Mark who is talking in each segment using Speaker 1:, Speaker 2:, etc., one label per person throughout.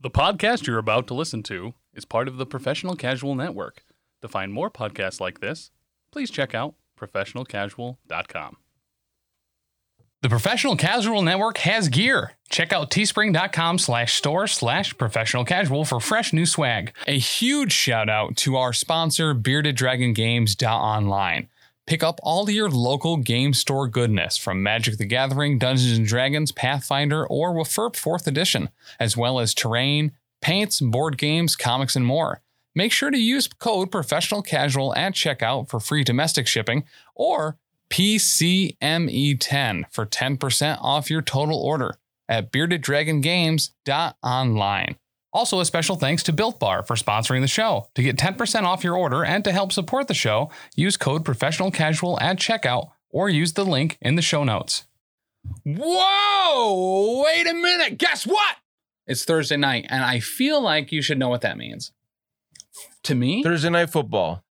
Speaker 1: The podcast you're about to listen to is part of the Professional Casual Network. To find more podcasts like this, please check out professionalcasual.com. The Professional Casual Network has gear. Check out teespring.com slash store slash professional casual for fresh new swag. A huge shout out to our sponsor, Bearded Dragon Games Online. Pick up all your local game store goodness from Magic the Gathering, Dungeons and Dragons, Pathfinder, or Wafurp 4th Edition, as well as terrain, paints, board games, comics, and more. Make sure to use code professional casual at checkout for free domestic shipping or PCME10 E for 10% off your total order at beardeddragongames.online. Also, a special thanks to Built Bar for sponsoring the show. To get 10% off your order and to help support the show, use code professional casual at checkout or use the link in the show notes. Whoa! Wait a minute. Guess what? It's Thursday night, and I feel like you should know what that means. To me,
Speaker 2: Thursday night football.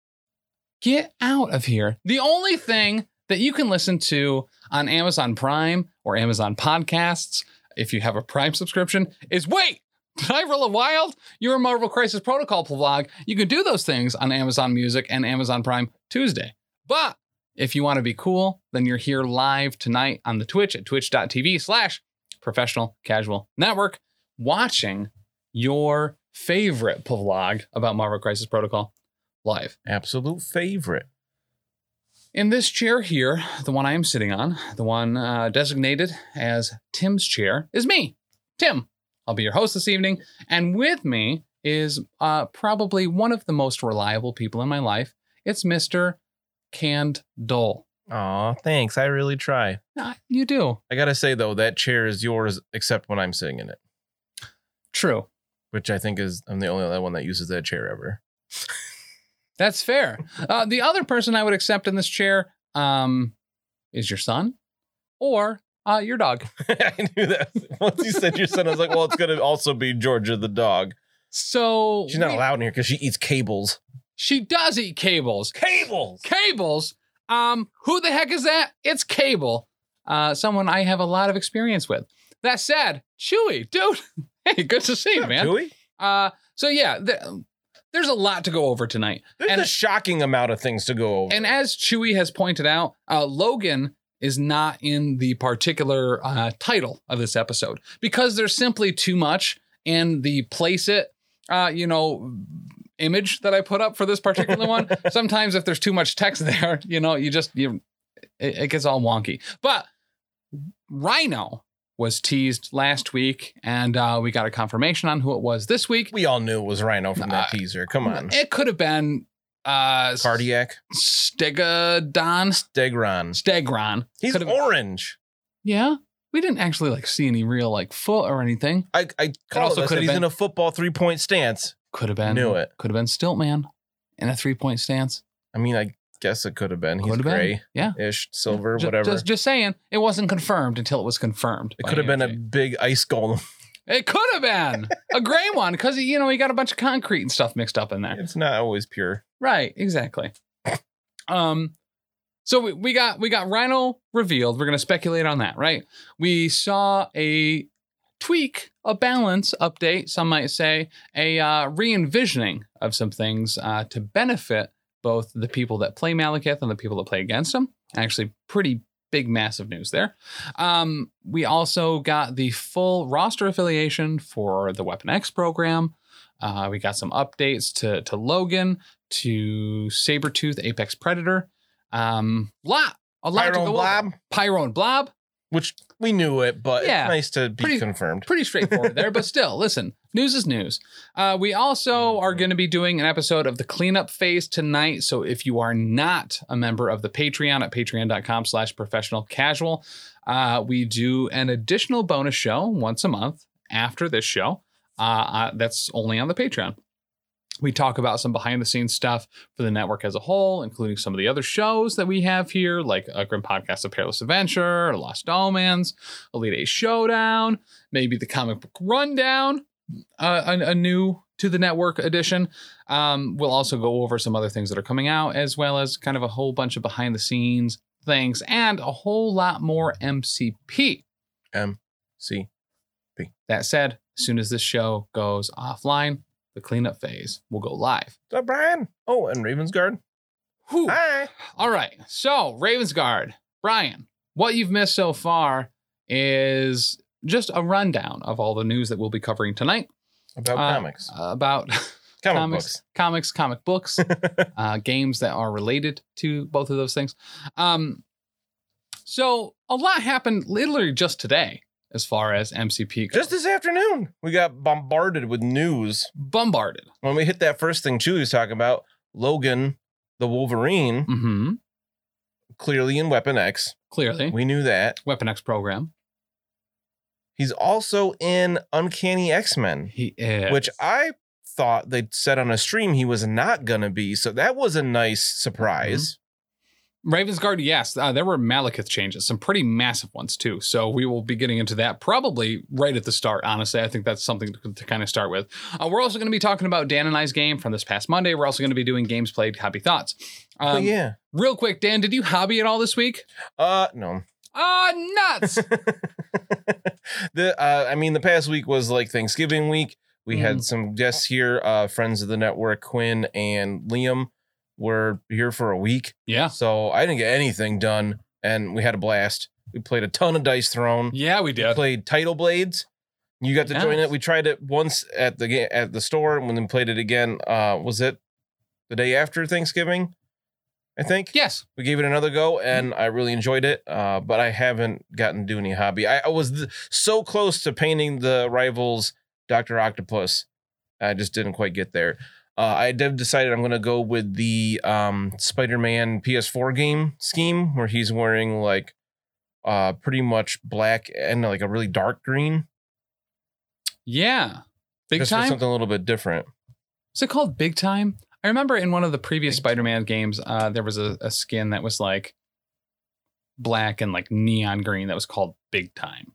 Speaker 1: get out of here. The only thing that you can listen to on Amazon Prime or Amazon Podcasts, if you have a Prime subscription, is wait, did I roll a wild? Your Marvel Crisis Protocol vlog. You can do those things on Amazon Music and Amazon Prime Tuesday. But if you want to be cool, then you're here live tonight on the Twitch at twitch.tv slash professional casual network watching your favorite vlog about Marvel Crisis Protocol live
Speaker 2: Absolute favorite.
Speaker 1: in this chair here, the one I am sitting on, the one uh, designated as Tim's chair, is me, Tim. I'll be your host this evening. And with me is uh, probably one of the most reliable people in my life. It's Mr. Canned Dole.
Speaker 2: Aw, thanks. I really try.
Speaker 1: Ah, you do.
Speaker 2: I gotta say though, that chair is yours except when I'm sitting in it,
Speaker 1: True.
Speaker 2: which I think is I'm the only other one that uses that chair ever.
Speaker 1: That's fair. Uh, the other person I would accept in this chair um, is your son or uh, your dog.
Speaker 2: I knew that once you said your son, I was like, well, it's gonna also be Georgia the dog.
Speaker 1: So
Speaker 2: She's not
Speaker 1: we-
Speaker 2: allowed in here because she eats cables.
Speaker 1: She does eat cables.
Speaker 2: Cables.
Speaker 1: Cables. Um, who the heck is that? It's Cable. Uh, someone I have a lot of experience with. That said, Chewy, dude. Hey, good to see you, man.
Speaker 2: Chewy?
Speaker 1: Uh, so yeah, th- there's a lot to go over tonight.
Speaker 2: There's
Speaker 1: And-
Speaker 2: a shocking amount of things to go over.
Speaker 1: And as Chewy has pointed out, uh, Logan is not in the particular uh, title of this episode because there's simply too much. And the place it, uh, you know, image that I put up for this particular one. Sometimes if there's too much text there, you know, you just you, it, it gets all wonky. But Rhino was teased last week, and uh, we got a confirmation on who it was this week.
Speaker 2: we all knew it was Rhino from that teaser. Come on.
Speaker 1: It could have been uh,
Speaker 2: Cardiac.
Speaker 1: Stegodon.
Speaker 2: Stegron.
Speaker 1: Stegron.
Speaker 2: He's
Speaker 1: Could've-
Speaker 2: orange.
Speaker 1: Yeah. We didn't actually like see any real like foot or anything.
Speaker 2: I, I called
Speaker 1: also
Speaker 2: it. I said
Speaker 1: could've
Speaker 2: he's
Speaker 1: been-
Speaker 2: in a football three point stance.
Speaker 1: Could have been.
Speaker 2: Knew it.
Speaker 1: Could have been Stiltman in a three point stance.
Speaker 2: I mean, I guess it could have been. He's
Speaker 1: Could have been.
Speaker 2: gray
Speaker 1: Yeah.
Speaker 2: ish, silver,
Speaker 1: Ju-
Speaker 2: whatever.
Speaker 1: Just, just saying, it wasn't confirmed until it was confirmed.
Speaker 2: it
Speaker 1: by
Speaker 2: could have been a
Speaker 1: AMG.
Speaker 2: big ice golem.
Speaker 1: It could have been a gray one because you know he got a bunch of concrete and stuff mixed up in there.
Speaker 2: it's not always pure.
Speaker 1: Right, exactly. Um, so we, we got we got Rhino revealed. We're gonna speculate on that, right? We saw a tweak, a balance update, some might say, a uh, re-envisioning of some things uh, to benefit both the people that play Malekith and the people that play against him. Actually, pretty big, massive news there. Um, we also got the full roster affiliation for the Weapon X program. Uh, we got some updates to to Logan to Sabretooth, Apex Predator. Um, lot, a lot to
Speaker 2: Pyro
Speaker 1: go
Speaker 2: Blob,
Speaker 1: over. Pyro and Blob.
Speaker 2: which we knew it, but
Speaker 1: Yeah.
Speaker 2: it's nice to be
Speaker 1: Pretty-
Speaker 2: confirmed.
Speaker 1: Pretty straightforward there, but still, listen, news is news. Uh, we also are going to be doing an episode of the cleanup phase tonight. So if you are not a member of the Patreon at patreon.com slash professional casual, uh, we do an additional bonus show once a month after this show. Uh, uh, that's only on the Patreon. We talk about some behind the scenes stuff for the network as a whole, including some of the other shows that we have here, like a Grim Podcast of Peerless Adventure, Lost Omens, Elite Eight Showdown, maybe the comic book rundown, uh, a, a new to the network edition. Um, we'll also go over some other things that are coming out, as well as kind of a whole bunch of behind the scenes things and a whole lot more MCP.
Speaker 2: Um, see,
Speaker 1: That said, As soon as this show goes offline, the cleanup phase will go live.
Speaker 2: Is that Brian? Oh, and Ravensguard.
Speaker 1: Whew.
Speaker 2: Hi.
Speaker 1: All right. So, Ravensguard, Brian, what you've missed so far is just a rundown of all the news that we'll be covering tonight
Speaker 2: About
Speaker 1: Uh,
Speaker 2: comics.
Speaker 1: about
Speaker 2: Comic
Speaker 1: comics,
Speaker 2: books.
Speaker 1: comics, comic books, uh, games that are related to both of those things. Um, so, a lot happened literally just today as far as MCP goes.
Speaker 2: Just this afternoon, we got bombarded with news.
Speaker 1: bombarded.
Speaker 2: When we hit that first thing Chewie was talking about, Logan, the Wolverine,
Speaker 1: hmm
Speaker 2: clearly in Weapon X.
Speaker 1: Clearly,
Speaker 2: We knew that.
Speaker 1: Weapon X program.
Speaker 2: He's also in Uncanny X Men,
Speaker 1: He uh, is.
Speaker 2: which I thought they said on a stream he was not going to be. So that was a nice surprise.
Speaker 1: Ravensguard, yes, uh, there were Malekith changes, some pretty massive ones too. So we will be getting into that probably right at the start. Honestly, I think that's something to, to kind of start with. Uh, we're also going to be talking about Dan and I's game from this past Monday. We're also going to be doing games played, hobby thoughts. Um,
Speaker 2: but yeah.
Speaker 1: Real quick, Dan, did you hobby at all this week?
Speaker 2: Uh, no.
Speaker 1: Ah, nuts!
Speaker 2: the uh, I mean, the past week was like Thanksgiving week. We
Speaker 1: Mhm.
Speaker 2: had some guests here, uh, friends of the network, Quinn and Liam, were here for a week,
Speaker 1: yeah,
Speaker 2: so I didn't get anything done, and we had a blast. We played a ton of Dice Throne.
Speaker 1: yeah, we
Speaker 2: We
Speaker 1: did.
Speaker 2: played Title Blades. You got to join
Speaker 1: Nice.
Speaker 2: it. We tried it once at the ga- at the store, and then played it again. Uh, was it the day after Thanksgiving? I think
Speaker 1: Yes,
Speaker 2: we gave it another go
Speaker 1: Mm-hmm.
Speaker 2: and I really enjoyed it. Uh, but I haven't gotten to do any hobby. I, I was th- so close to painting the rivals Dr. Octopus. I just didn't quite get there. Uh, I did decided I'm going to go with the um, Spider Man PS4 game scheme where he's wearing like uh, pretty much black and like a really dark green.
Speaker 1: yeah, big
Speaker 2: just For
Speaker 1: time.
Speaker 2: something a little bit different.
Speaker 1: Is it called Big Time? I remember in one of the previous Spider-Man games, uh, there was a, a skin that was like black and like neon green that was called Big Time.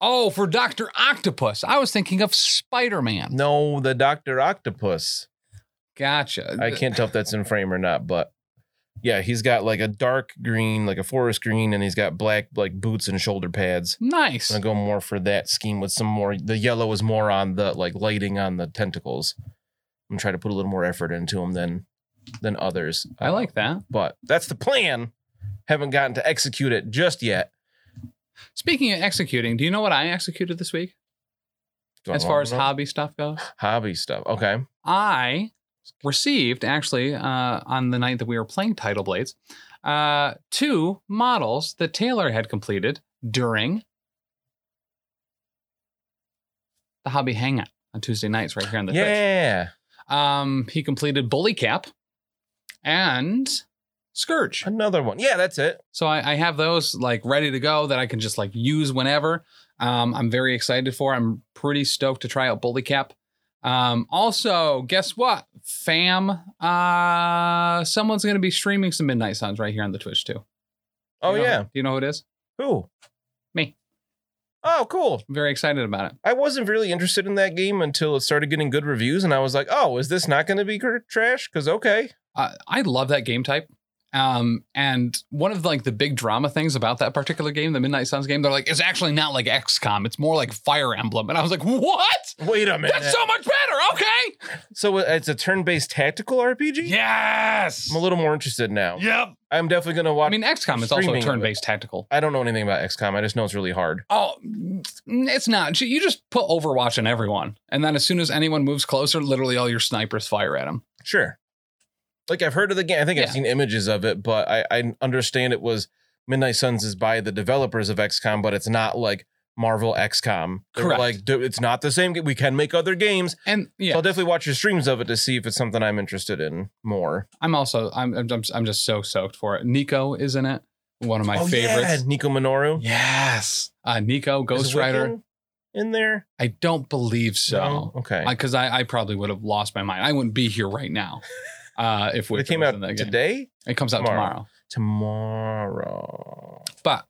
Speaker 1: Oh, for Doctor Octopus, I was thinking of Spider-Man.
Speaker 2: No, the Dr. Octopus.
Speaker 1: Gotcha.
Speaker 2: I can't tell if that's in frame or not, but yeah, he's got like a dark green, like a forest green, and he's got black like boots and shoulder pads.
Speaker 1: Nice.
Speaker 2: I'm gonna go more for that scheme with some more. The yellow is more on the like lighting on the tentacles. I'm trying to put a little more effort into them than than others.
Speaker 1: I like that.
Speaker 2: but that's the plan. Haven't gotten to execute it just yet.
Speaker 1: Speaking of executing, do you know what I executed this week
Speaker 2: Do I
Speaker 1: as far
Speaker 2: want
Speaker 1: as
Speaker 2: to know?
Speaker 1: hobby stuff goes?
Speaker 2: hobby stuff. Okay,
Speaker 1: I received actually uh, on the night that we were playing Tidal Blades uh, two models that Taylor had completed during the hobby hangout on Tuesday nights right here on the Twitch.
Speaker 2: yeah,
Speaker 1: Um, he completed Bully Cap and Scourge.
Speaker 2: another one. Yeah, that's it.
Speaker 1: So I, I have those like ready to go that I can just like use whenever. Um, I'm very excited for. I'm pretty stoked to try out Bully Cap. Um, also, guess what, fam? Uh, someone's gonna be streaming some Midnight Suns right here on the Twitch too.
Speaker 2: Oh
Speaker 1: You know-
Speaker 2: yeah,
Speaker 1: do you know who it is?
Speaker 2: who?
Speaker 1: Me.
Speaker 2: Oh, cool.
Speaker 1: I'm very excited about it.
Speaker 2: I wasn't really interested in that game until it started getting good reviews, and I was like, "Oh, is this not going to be cr- trash?" Because okay,
Speaker 1: Uh, I love that game type. Um, and one of like the big drama things about that particular game, the Midnight Suns game, they're like, it's actually not like XCOM, it's more like Fire Emblem. And I was like, what?
Speaker 2: wait a
Speaker 1: That's so much better. Okay.
Speaker 2: so uh, it's a turn-based tactical RPG.
Speaker 1: Yes.
Speaker 2: I'm a little more interested now.
Speaker 1: Yep.
Speaker 2: I'm definitely going to
Speaker 1: I
Speaker 2: watch.
Speaker 1: mean, XCOM is also
Speaker 2: Streaming
Speaker 1: a
Speaker 2: of it.
Speaker 1: turn-based tactical.
Speaker 2: I don't know anything about XCOM. I just know it's really hard.
Speaker 1: Oh, it's not. You just put Overwatch on everyone, and then as soon as anyone moves closer, literally all your snipers fire at them.
Speaker 2: Sure. Like I've heard of the game. I think I've
Speaker 1: Yeah.
Speaker 2: seen images of it, but I, I understand it was Midnight Suns is by the developers of XCOM, but it's not like Marvel XCOM. They were
Speaker 1: Correct.
Speaker 2: Like "Dude, it's not the same. game. We can make other games.
Speaker 1: And yeah,
Speaker 2: So I'll definitely watch your streams of it to see if it's something I'm interested in more.
Speaker 1: I'm also I'm I'm just, I'm just so soaked for it. Nico is in it, one of my
Speaker 2: Oh,
Speaker 1: favorites.
Speaker 2: Yeah, Nico Minoru.
Speaker 1: Yes, uh, Nico
Speaker 2: Is
Speaker 1: Ghost Rider.
Speaker 2: Wiccan in there.
Speaker 1: I don't believe
Speaker 2: No?
Speaker 1: so,
Speaker 2: okay.
Speaker 1: because I, I probably would have lost my mind. I wouldn't be here right now uh, if we
Speaker 2: it came out today,
Speaker 1: It comes out
Speaker 2: Tomorrow.
Speaker 1: tomorrow.
Speaker 2: tomorrow.
Speaker 1: but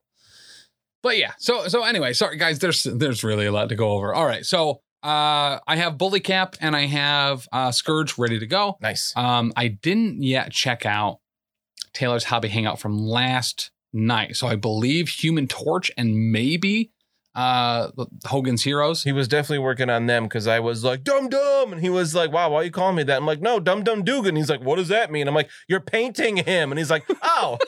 Speaker 1: but yeah so so anyway sorry guys there's there's really a lot to go over all right so uh i have bully cap and i have uh scourge ready to go
Speaker 2: Nice.
Speaker 1: um i didn't yet check out taylor's hobby hangout from last night so i believe human torch and maybe uh, Hogan's Heroes.
Speaker 2: He was definitely working on them because I was like, Dum Dum. And he was like, wow, why are you calling me that? I'm like, no, Dum Dum Dugan. He's like, what does that mean? I'm like, you're painting him. And he's like, oh,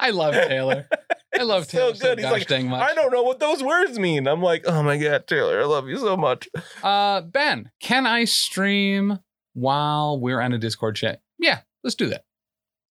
Speaker 1: I love Taylor. I love
Speaker 2: It's so
Speaker 1: Taylor so
Speaker 2: good. He's
Speaker 1: gosh
Speaker 2: like,
Speaker 1: dang much.
Speaker 2: I don't know what those words mean. I'm like, oh my God, Taylor, I love you so much.
Speaker 1: Uh, ben, can I stream while we're on a Discord chat? Yeah, let's do that.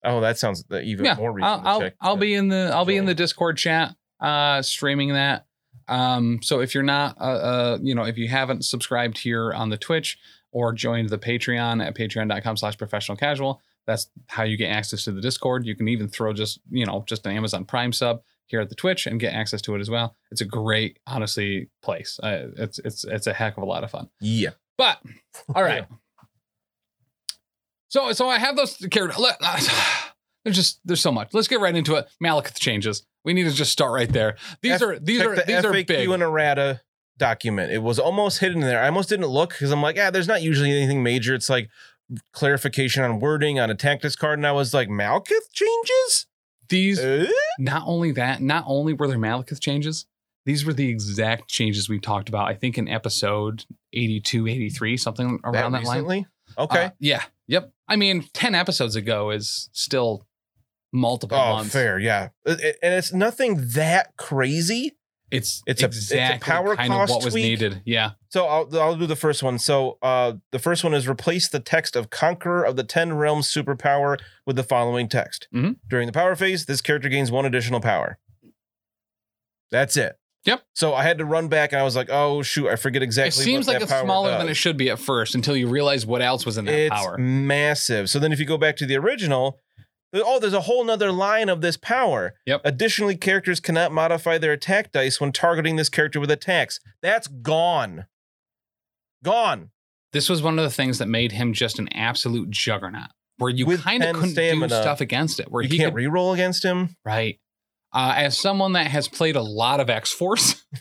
Speaker 2: Oh, that sounds even
Speaker 1: yeah,
Speaker 2: more reason
Speaker 1: I'll
Speaker 2: to
Speaker 1: I'll,
Speaker 2: check.
Speaker 1: I'll be in the I'll be in
Speaker 2: Joel.
Speaker 1: the Discord chat, uh, streaming that. Um, so if you're not, uh, uh, you know, if you haven't subscribed here on the Twitch or joined the Patreon at patreon.com/slash professional casual, that's how you get access to the Discord. You can even throw just you know just an Amazon Prime sub here at the Twitch and get access to it as well. It's a great, honestly, place. Uh, it's it's it's a heck of a lot of fun.
Speaker 2: Yeah.
Speaker 1: But all right. So so I have those characters. There's just there's so much. Let's get right into it. Malekith changes. We need to just start right there. These
Speaker 2: F-
Speaker 1: are these
Speaker 2: Check
Speaker 1: are
Speaker 2: the
Speaker 1: these
Speaker 2: FAQ
Speaker 1: are big.
Speaker 2: and errata document. It was almost hidden there. I almost didn't look because I'm like, ah, there's not usually anything major. It's like clarification on wording on a tactics card. And I was like, Malkith changes?
Speaker 1: these
Speaker 2: Eh?
Speaker 1: not only that, not only were there Malekith changes, these were the exact changes we talked about, I think in episode 82, 83, something around that, line.
Speaker 2: recently? Okay.
Speaker 1: Uh, yeah. Yep. I mean, 10 episodes ago is still multiple
Speaker 2: oh,
Speaker 1: months.
Speaker 2: fair. Yeah. It- it- and it's nothing that crazy.
Speaker 1: It's it's
Speaker 2: It's a- it's a
Speaker 1: exactly
Speaker 2: power
Speaker 1: kind
Speaker 2: cost
Speaker 1: of what was
Speaker 2: tweak.
Speaker 1: needed. Yeah.
Speaker 2: So I'll, I'll do the first one. So uh, the first one is replace the text of Conqueror of the Ten Realms superpower with the following text.
Speaker 1: Mhm.
Speaker 2: During the power phase, this character gains one additional power. That's it.
Speaker 1: Yep.
Speaker 2: So I had to run back and I was like, oh shoot, I forget exactly.
Speaker 1: It seems
Speaker 2: what
Speaker 1: like
Speaker 2: that
Speaker 1: it's
Speaker 2: power
Speaker 1: smaller than
Speaker 2: does.
Speaker 1: it should be at first until you realize what else was in that
Speaker 2: it's
Speaker 1: power.
Speaker 2: massive. So then if you go back to the original, oh, there's a whole nother line of this power.
Speaker 1: Yep.
Speaker 2: Additionally, characters cannot modify their attack dice when targeting this character with attacks. That's gone. Gone.
Speaker 1: This was one of the things that made him just an absolute juggernaut, where you
Speaker 2: With
Speaker 1: kind of
Speaker 2: 10
Speaker 1: couldn't do
Speaker 2: stamina,
Speaker 1: stuff against it. Where
Speaker 2: you
Speaker 1: he
Speaker 2: can't
Speaker 1: could,
Speaker 2: re-roll against him.
Speaker 1: right. Uh, as someone that has played a lot of X Force,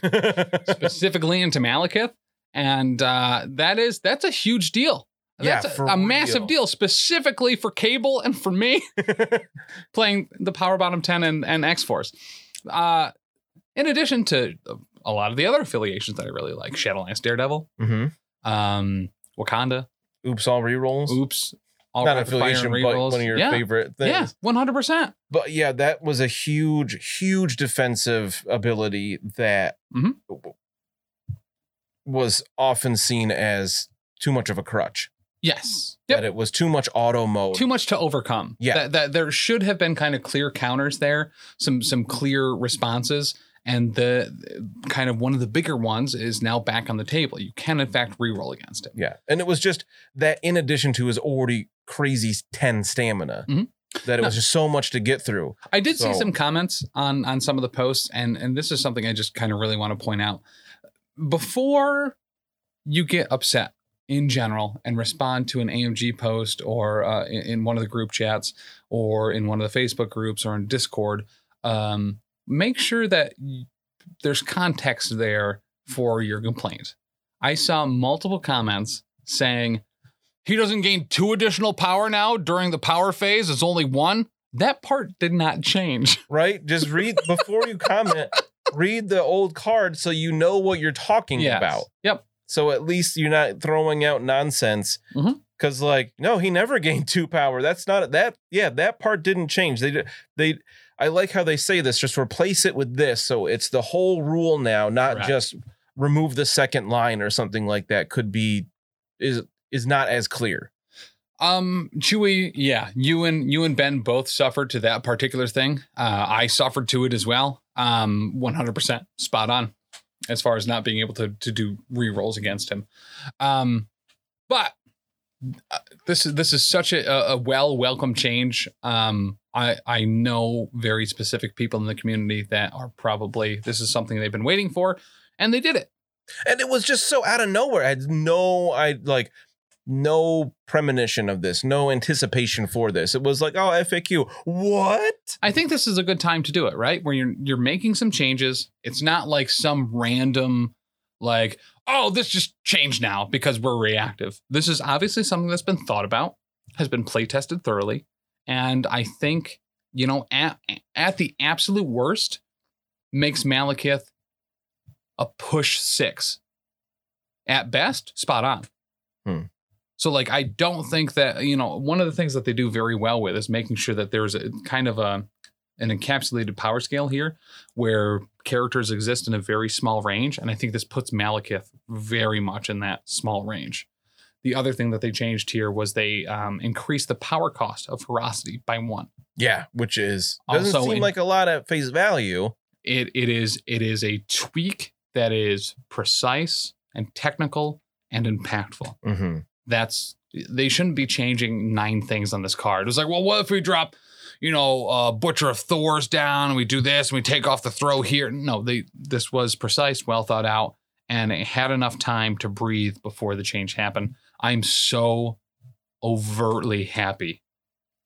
Speaker 1: specifically into Malekith, and uh, that is that's a huge deal.
Speaker 2: Yeah,
Speaker 1: That's a,
Speaker 2: for
Speaker 1: a massive
Speaker 2: real.
Speaker 1: deal, specifically for Cable and for me. Mm-hmm. playing the Power Bottom 10 and, and X Force. Uh, in addition to a lot of the other affiliations that I really like Shadowlands Daredevil,
Speaker 2: hmm
Speaker 1: um, Wakanda,
Speaker 2: Oops, all re-rolls.
Speaker 1: Oops, All
Speaker 2: Not an
Speaker 1: Rapid Fire
Speaker 2: affiliation,
Speaker 1: and
Speaker 2: but
Speaker 1: Rerolls.
Speaker 2: one of your
Speaker 1: yeah.
Speaker 2: favorite things.
Speaker 1: Yeah, 100%.
Speaker 2: But yeah, that was a huge, huge defensive ability that
Speaker 1: Mhm.
Speaker 2: was often seen as too much of a crutch.
Speaker 1: Yes. Yep.
Speaker 2: That it was too much auto mode.
Speaker 1: Too much to overcome.
Speaker 2: Hmm. Yeah.
Speaker 1: That, that there should have been kind of clear counters there, some some clear responses. And the kind of one of the bigger ones is now back on the table. You can, in fact, reroll against it.
Speaker 2: yeah, and it was just that. In addition to his already crazy ten stamina,
Speaker 1: Mhm.
Speaker 2: that it
Speaker 1: No.
Speaker 2: was just so much to get through.
Speaker 1: I did see
Speaker 2: So-
Speaker 1: some comments on on some of the posts, and and this is something I just kind of really want to point out. Before you get upset in general and respond to an AMG post or uh, in, in one of the group chats or in one of the Facebook groups or in Discord, um, make sure that y- there's context there for your complaint. I saw multiple comments saying. He doesn't gain two additional power now during the power phase. It's only one that part did not change.
Speaker 2: right? Just read before you comment, read the old card so you know what you're talking
Speaker 1: Yes.
Speaker 2: about.
Speaker 1: Yep.
Speaker 2: So at least you're not throwing out nonsense.
Speaker 1: Mhm.
Speaker 2: Cause like, no, he never gained two power. That's not that. Yeah, that part didn't change. They they. I like how they say this. Just replace it with this. So it's the whole rule now, not
Speaker 1: Correct.
Speaker 2: just remove the second line or something like that. Could be is is not as clear.
Speaker 1: Um, Chewy, yeah, you and you and Ben both suffered to that particular thing. Uh, I suffered to it as well. Um, 100% spot on as far as not being able to to do re rolls against him. Um, but uh, this is this is such a, a- a well welcome change. Um, I I know very specific people in the community that are probably this is something they've been waiting for, and they did it.
Speaker 2: and it was just so out of nowhere. I had no, I like no premonition of this, no anticipation for this. It was like, oh, FAQ, what?
Speaker 1: I think this is a good time to do it, right? Where you're you're making some changes. It's not like some random like, oh, this just changed now because we're reactive. This is obviously something that's been thought about, has been play tested thoroughly, and I think, you know, at at the absolute worst, makes Malekith a push six. At best, spot on.
Speaker 2: Hmm.
Speaker 1: So, like, I don't think that, you know, one of the things that they do very well with is making sure that there's a kind of a an encapsulated power scale here where characters exist in a very small range. And I think this puts Malekith very much in that small range. The other thing that they changed here was they um, increased the power cost of ferocity by one.
Speaker 2: Yeah, which is doesn't
Speaker 1: Also
Speaker 2: seem
Speaker 1: in-
Speaker 2: like a lot at face value.
Speaker 1: it it is it is a tweak that is precise and technical and impactful.
Speaker 2: Mm-hmm.
Speaker 1: That's they shouldn't be changing nine things on this card. It's like, well, what if we drop, you know, uh, Butcher of Thor's down and we do this and we take off the throw here? No, they this was precise, well thought out, and it had enough time to breathe before the change happened. I'm so overtly happy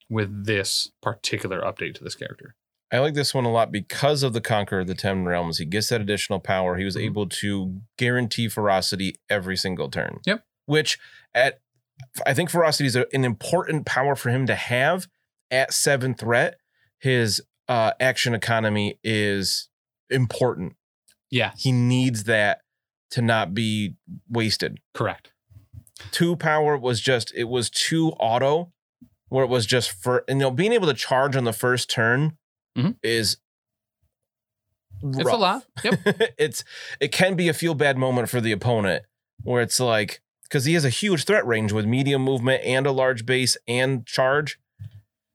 Speaker 1: with this particular update to this character.
Speaker 2: I like this one a lot because of the conqueror of the Ten Realms. He gets that additional power. He was
Speaker 1: Mhm.
Speaker 2: able to guarantee ferocity every single turn.
Speaker 1: Yep.
Speaker 2: Which at I think ferocity is a- an important power for him to have at seven threat. His uh, action economy is important.
Speaker 1: Yeah,
Speaker 2: He needs that to not be wasted.
Speaker 1: correct.
Speaker 2: two power was just it was two auto where it was just for you know being able to charge on the first turn
Speaker 1: Mhm.
Speaker 2: is
Speaker 1: It's a lot. Yep.
Speaker 2: it's it can be a feel bad moment for the opponent where it's like because he has a huge threat range with medium movement and a large base and charge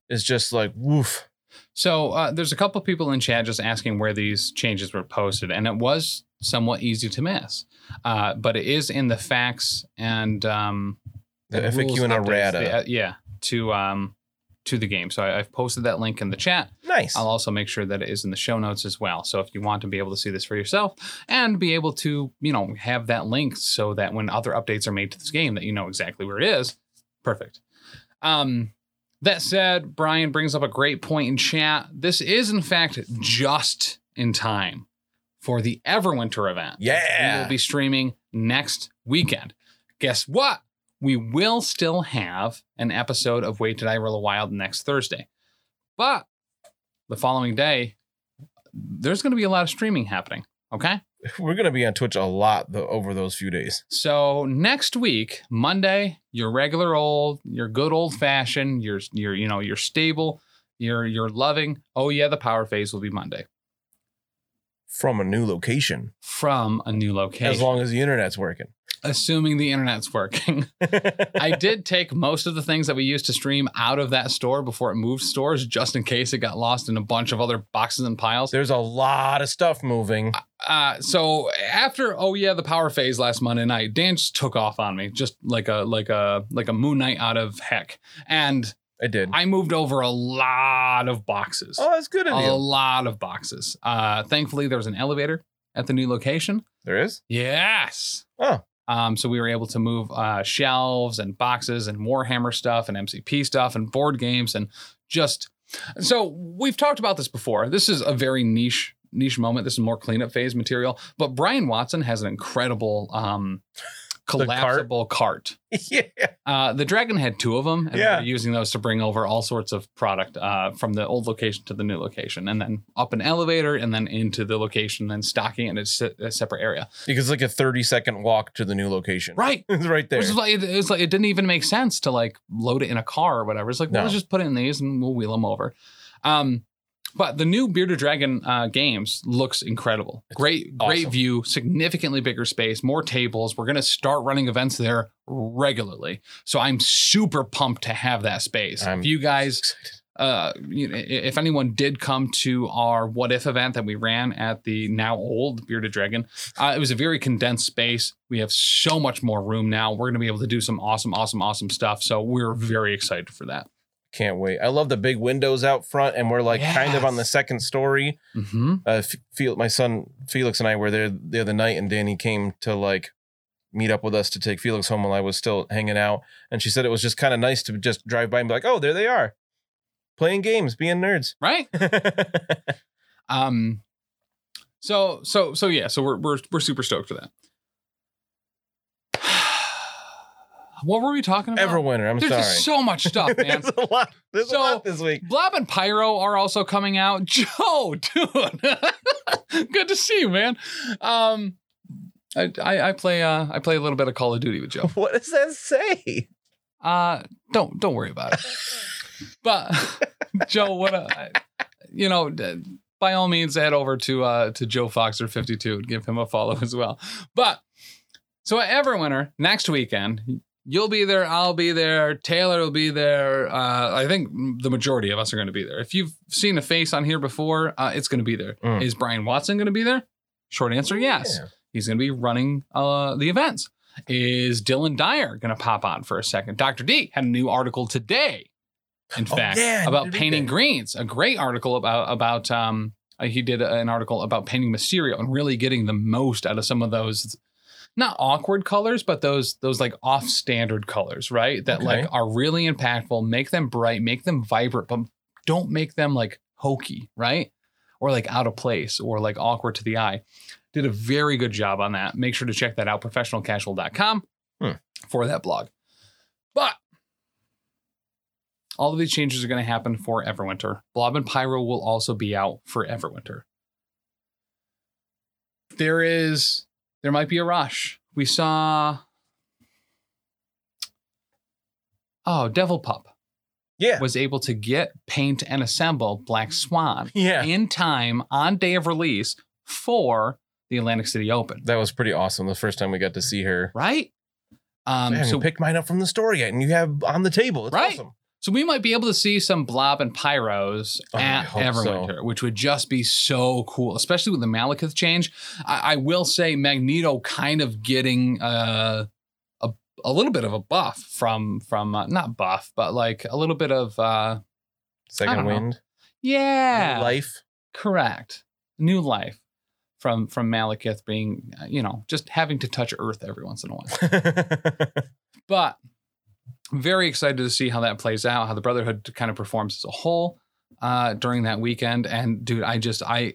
Speaker 2: it's just like woof
Speaker 1: So uh, there's a couple people in chat just asking where these changes were posted, and it was somewhat easy to miss, uh, but it is in the facts and um,
Speaker 2: the
Speaker 1: rules
Speaker 2: FAQ and
Speaker 1: updates, the,
Speaker 2: errata
Speaker 1: uh, yeah, to um, to the game. So I, I've posted that link in the chat.
Speaker 2: nice
Speaker 1: I'll also make sure that it is in the show notes as well. So if you want to be able to see this for yourself and be able to, you know, have that link so that when other updates are made to this game that you know exactly where it is, perfect. Um that said, Brian brings up a great point in chat. This is in fact just in time for the Everwinter event. We
Speaker 2: yeah
Speaker 1: will be streaming next weekend. Guess what? We will still have an episode of Wait Did I Roll a Wild next Thursday. But the following day, there's going to be a lot of streaming happening. Okay.
Speaker 2: we're gonna be on twitch a lot though, over those few days
Speaker 1: So next week, Monday, your regular old, your good old fashioned, your, your, you know, your stable, your, your loving. Oh, yeah, the power phase will be Monday
Speaker 2: from a new location
Speaker 1: from a new location,
Speaker 2: as long as the internet's working
Speaker 1: assuming the internet's working. I did take most of the things that we used to stream out of that store before it moved stores, just in case it got lost in a bunch of other boxes and piles.
Speaker 2: There's a lot of stuff moving.
Speaker 1: Uh, so after, oh yeah, the power phase last Monday night, Dan just took off on me, just like a like a like a moon knight out of heck, and
Speaker 2: I did.
Speaker 1: I moved over a lot of boxes,
Speaker 2: oh, that's good of
Speaker 1: a
Speaker 2: you.
Speaker 1: lot of boxes. Uh, thankfully, there was an elevator at the new location.
Speaker 2: There is.
Speaker 1: Yes.
Speaker 2: Oh.
Speaker 1: Um, so we were able to move uh, shelves and boxes and Warhammer stuff and MCP stuff and board games and just. So we've talked about this before. This is a very niche niche moment. This is more cleanup phase material. But Brian Watson has an incredible um,
Speaker 2: cart?
Speaker 1: collapsible cart.
Speaker 2: yeah.
Speaker 1: Uh, the Dragon had two of them, and
Speaker 2: Yeah.
Speaker 1: we were using those to bring over all sorts of product uh, from the old location to the new location, and then up an elevator, and then into the location, and then stocking it in a se- a separate area.
Speaker 2: Because it's like a 30 second walk to the new location.
Speaker 1: Right.
Speaker 2: It's right there.
Speaker 1: Which is like it, it's like it didn't even make sense to like load it in a car or whatever. It's like well,
Speaker 2: No.
Speaker 1: let's just put it in these and we'll wheel them over. Um, but the new Bearded Dragon uh, games looks incredible. great, great
Speaker 2: awesome.
Speaker 1: view, significantly bigger space, more tables. We're gonna start running events there regularly, so I'm super pumped to have that space.
Speaker 2: I'm
Speaker 1: if you guys
Speaker 2: Excited.
Speaker 1: uh, you know, i- if anyone did come to our what if event that we ran at the now old bearded dragon uh, it was a very condensed space we have so much more room now we're going to be able to do some awesome awesome awesome stuff so we're very excited for that
Speaker 2: Can't wait. I love the big windows out front, and we're like kind of on the
Speaker 1: Yes.
Speaker 2: second story.
Speaker 1: mm-hmm.
Speaker 2: Uh, F- Fel- my son Felix and I were there the other night, and Danny came to like meet up with us to take Felix home while I was still hanging out. And she said it was just kind of nice to just drive by and be like, oh, there they are playing games, being nerds.
Speaker 1: right um so so so yeah so we're we're, we're super stoked for that What were we talking about?
Speaker 2: Everwinter. I'm
Speaker 1: There's
Speaker 2: sorry.
Speaker 1: just so much stuff, man.
Speaker 2: there's a lot. There's
Speaker 1: So-
Speaker 2: a lot this week.
Speaker 1: Blob and Pyro are also coming out. Joe, dude, good to see you, man. Um, I, I, I play uh, I play a little bit of Call of Duty with Joe.
Speaker 2: What does that say?
Speaker 1: Uh, don't don't worry about it. But Joe, what a, you know, d- by all means, head over to uh, to Joe Foxer fifty two and give him a follow as well. But so at Everwinter next weekend, you'll be there, I'll be there, Taylor will be there. Uh, I think the majority of us are going to be there. If you've seen a face on here before, uh, it's going to be there. Is
Speaker 2: Mm.
Speaker 1: Brian Watson going to be there? Short answer, yes.
Speaker 2: Yeah.
Speaker 1: He's going to be running uh, the events. Is Dylan Dyer going to pop on for a second? Dr. D had a new article today, in
Speaker 2: Oh,
Speaker 1: fact,
Speaker 2: yeah, I need
Speaker 1: about
Speaker 2: to read
Speaker 1: painting
Speaker 2: that.
Speaker 1: greens. A great article about about um, uh, he did an article about painting Mysterio and really getting the most out of some of those not awkward colors, but those those like off standard colors, right? That
Speaker 2: Okay.
Speaker 1: like are really impactful, make them bright, make them vibrant, but don't make them like hokey, right? Or like out of place or like awkward to the eye. Did a very good job on that. Make sure to check that out, professionalcasual.com
Speaker 2: Hmm.
Speaker 1: for that blog. But all of these changes are going to happen for Everwinter. Blob and Pyro will also be out for Everwinter. There is, there might be a rush. We saw, oh, Devil Pup
Speaker 2: Yeah.
Speaker 1: was able to get, paint, and assemble Black Swan
Speaker 2: Yeah.
Speaker 1: in time on day of release for the Atlantic City Open,
Speaker 2: That was pretty awesome. The first time we got to see her.
Speaker 1: right?
Speaker 2: I
Speaker 1: Um,
Speaker 2: haven't
Speaker 1: so,
Speaker 2: picked mine up from the store yet, and you have on the table. It's
Speaker 1: Right.
Speaker 2: awesome.
Speaker 1: so we might be able to see some Blob and Pyros
Speaker 2: Oh, I
Speaker 1: at
Speaker 2: hope so.
Speaker 1: Everwinter, which would just be so cool, especially with the Malekith change. I, I will say Magneto kind of getting uh, a a little bit of a buff from from uh, not buff, but like a little bit of uh,
Speaker 2: Second
Speaker 1: don't know.
Speaker 2: wind.
Speaker 1: yeah,
Speaker 2: New Life.
Speaker 1: correct new life from from malekith being uh, you know just having to touch earth every once in a while but I'm very excited to see how that plays out how the brotherhood kind of performs as a whole uh during that weekend and dude i just i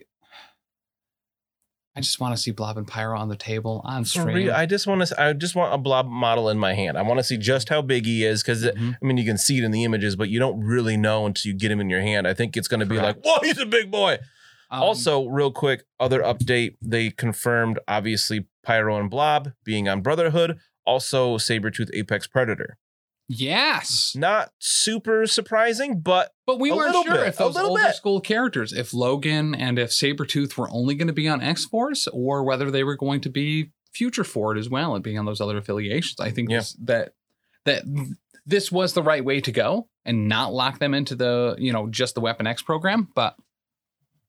Speaker 1: i just want to see blob and pyro on the table on
Speaker 2: For
Speaker 1: stream
Speaker 2: real, I just want to. I just want a blob model in my hand. I want to see just how big he is because
Speaker 1: Mhm.
Speaker 2: I mean, you can see it in the images, but you don't really know until you get him in your hand. I think it's going to be
Speaker 1: Correct.
Speaker 2: like, whoa, he's a big boy.
Speaker 1: Um,
Speaker 2: also, real quick, other update they confirmed obviously Pyro and Blob being on Brotherhood, also Sabretooth Apex Predator.
Speaker 1: yes
Speaker 2: Not super surprising, but
Speaker 1: but we
Speaker 2: a
Speaker 1: weren't
Speaker 2: little
Speaker 1: sure
Speaker 2: bit,
Speaker 1: if
Speaker 2: a
Speaker 1: those
Speaker 2: little
Speaker 1: older
Speaker 2: bit.
Speaker 1: school characters if logan and if sabretooth were only going to be on x-force or whether they were going to be future forward as well and being on those other affiliations i think
Speaker 2: Yeah.
Speaker 1: this, that that this was the right way to go and not lock them into the you know just the weapon x program but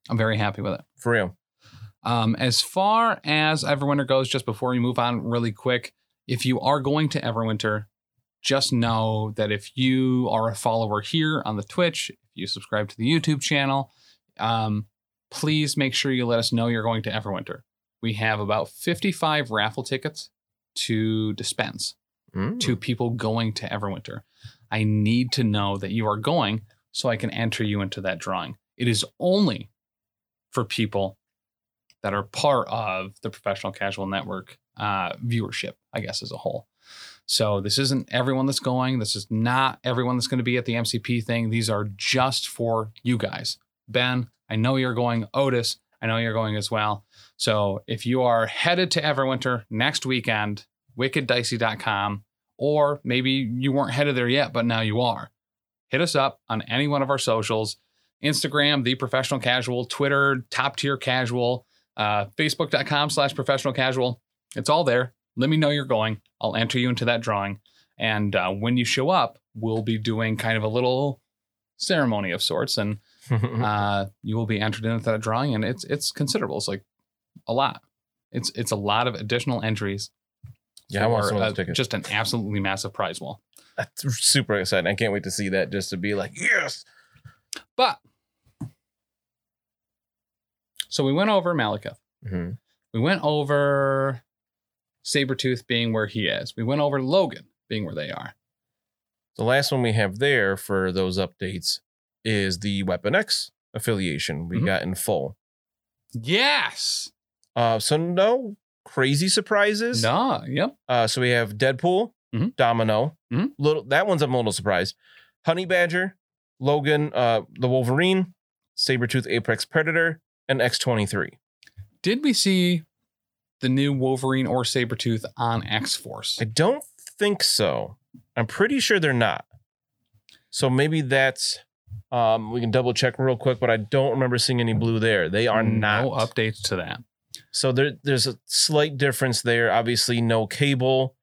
Speaker 1: i'm very happy with it
Speaker 2: for real.
Speaker 1: um, as far as Everwinter goes, just before we move on really quick, if you are going to Everwinter, just know that if you are a follower here on the Twitch, if you subscribe to the YouTube channel, um, please make sure you let us know you're going to Everwinter. We have about 55 raffle tickets to dispense
Speaker 2: Mm.
Speaker 1: to people going to Everwinter. I need to know that you are going so I can enter you into that drawing. It is only for people that are part of the professional casual network uh, viewership, I guess, as a whole. So this isn't everyone that's going. This is not everyone that's going to be at the MCP thing. These are just for you guys. Ben, I know you're going. Otis, I know you're going as well. So if you are headed to Everwinter next weekend, wickeddicey.com, or maybe you weren't headed there yet, but now you are. Hit us up on any one of our socials Instagram, The Professional Casual, Twitter, Top Tier Casual, uh, Facebook.com slash Professional Casual. It's all there. Let me know you're going. I'll enter you into that drawing. And uh, when you show up, we'll be doing kind of a little ceremony of sorts. And
Speaker 2: Mm-hmm.
Speaker 1: uh, you will be entered into that drawing, and it's it's considerable. It's like a lot. It's it's a lot of additional entries.
Speaker 2: yeah, I want
Speaker 1: for,
Speaker 2: some of
Speaker 1: uh,
Speaker 2: those tickets.
Speaker 1: just an absolutely massive prize wall.
Speaker 2: That's super exciting. I can't wait to see that just to be like, yes.
Speaker 1: But so we went over Malekith.
Speaker 2: Mhm.
Speaker 1: We went over Sabretooth being where he is. We went over Logan being where they are.
Speaker 2: The last one we have there for those updates is the Weapon X affiliation we
Speaker 1: Mhm.
Speaker 2: got in full.
Speaker 1: Yes.
Speaker 2: Uh, so, no crazy surprises.
Speaker 1: Nah. Yep.
Speaker 2: Uh, so we have Deadpool,
Speaker 1: Mhm.
Speaker 2: Domino.
Speaker 1: Mhm.
Speaker 2: Little that one's I'm a little surprised. Honey Badger, Logan, uh, the Wolverine, Sabretooth Apex Predator, and X23.
Speaker 1: Did we see the new Wolverine or Sabretooth on X Force?
Speaker 2: I don't think so. I'm pretty sure they're not. So maybe that's um we can double check real quick, but I don't remember seeing any blue there. They are not
Speaker 1: No updates to that.
Speaker 2: So there, there's a slight difference there. Obviously, no Cable,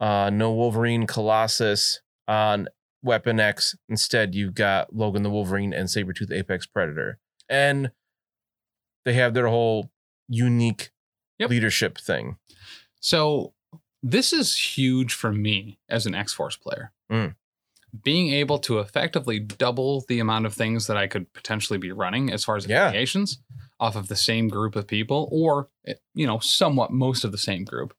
Speaker 2: uh, no Wolverine, Colossus on Weapon X. Instead, you've got Logan the Wolverine and Sabretooth Apex Predator. And they have their whole unique
Speaker 1: Yep.
Speaker 2: leadership thing.
Speaker 1: So this is huge for me as an X Force player.
Speaker 2: Mm.
Speaker 1: Being able to effectively double the amount of things that I could potentially be running as far as
Speaker 2: Yeah.
Speaker 1: affiliations off of the same group of people, or eh, you know, somewhat most of the same group,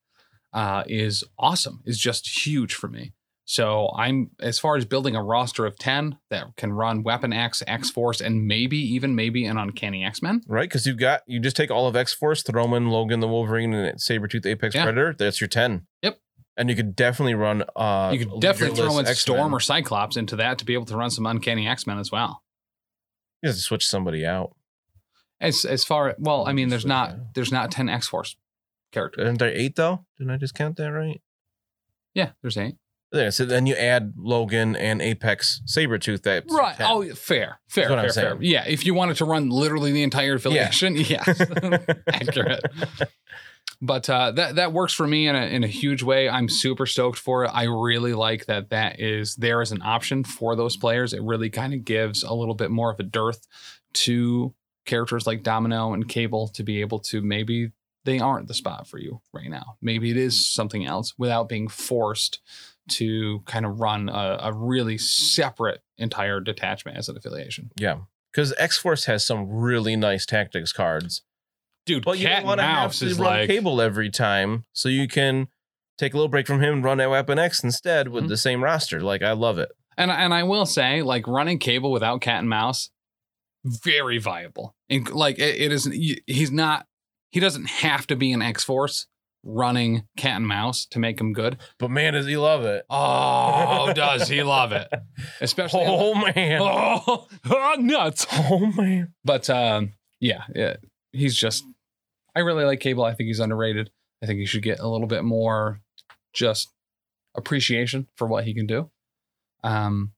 Speaker 1: uh, is awesome. Is just huge for me. So I'm as far as building a roster of ten that can run Weapon X, X Force, and maybe even maybe an Uncanny X Men.
Speaker 2: Right? Because you've got, you just take all of X Force, throw 'em in Logan the Wolverine and Sabretooth Apex
Speaker 1: Yeah.
Speaker 2: Predator. That's your 10.
Speaker 1: Yep.
Speaker 2: And you could definitely run. Uh,
Speaker 1: you could definitely
Speaker 2: leaderless
Speaker 1: throw in
Speaker 2: X-Men.
Speaker 1: Storm or Cyclops into that to be able to run some Uncanny X Men as well.
Speaker 2: You have to switch somebody out.
Speaker 1: As as far well, I mean, there's
Speaker 2: Switch
Speaker 1: not
Speaker 2: now.
Speaker 1: there's not ten X Force characters.
Speaker 2: Aren't there eight though? Didn't I just count that right?
Speaker 1: Yeah, there's eight.
Speaker 2: Yeah, so then you add Logan and Apex Sabretooth. That
Speaker 1: Right. Oh, fair, fair,
Speaker 2: That's what I'm
Speaker 1: fair, fair.
Speaker 2: saying.
Speaker 1: Yeah, if you wanted to run literally the entire affiliation, yes, accurate. But uh, that that works for me in a in a huge way. I'm super stoked for it. I really like that that is there as an option for those players. It really kind of gives a little bit more of a dearth to characters like Domino and Cable to be able to maybe they aren't the spot for you right now. Maybe it is something else without being forced to kind of run a, a really separate entire detachment as an affiliation.
Speaker 2: Yeah, because X Force has some really nice tactics cards,
Speaker 1: Dude,
Speaker 2: but you
Speaker 1: cat
Speaker 2: don't want
Speaker 1: and
Speaker 2: to have
Speaker 1: mouse
Speaker 2: to
Speaker 1: is
Speaker 2: run
Speaker 1: like
Speaker 2: Cable every time, so you can take a little break from him and run at Weapon X instead with
Speaker 1: Mhm.
Speaker 2: the same roster. Like I love it.
Speaker 1: And and I will say, like running cable without cat and mouse, very viable. And like it, it is, he's not, he doesn't have to be an X Force running cat and mouse to make him good.
Speaker 2: But man, does he love it?
Speaker 1: Oh, does he love it? Especially.
Speaker 2: Oh man. Oh,
Speaker 1: Oh, oh, nuts!
Speaker 2: man.
Speaker 1: But um, yeah, yeah, he's just. I really like Cable. I think he's underrated. I think he should get a little bit more, just appreciation for what he can do. Um,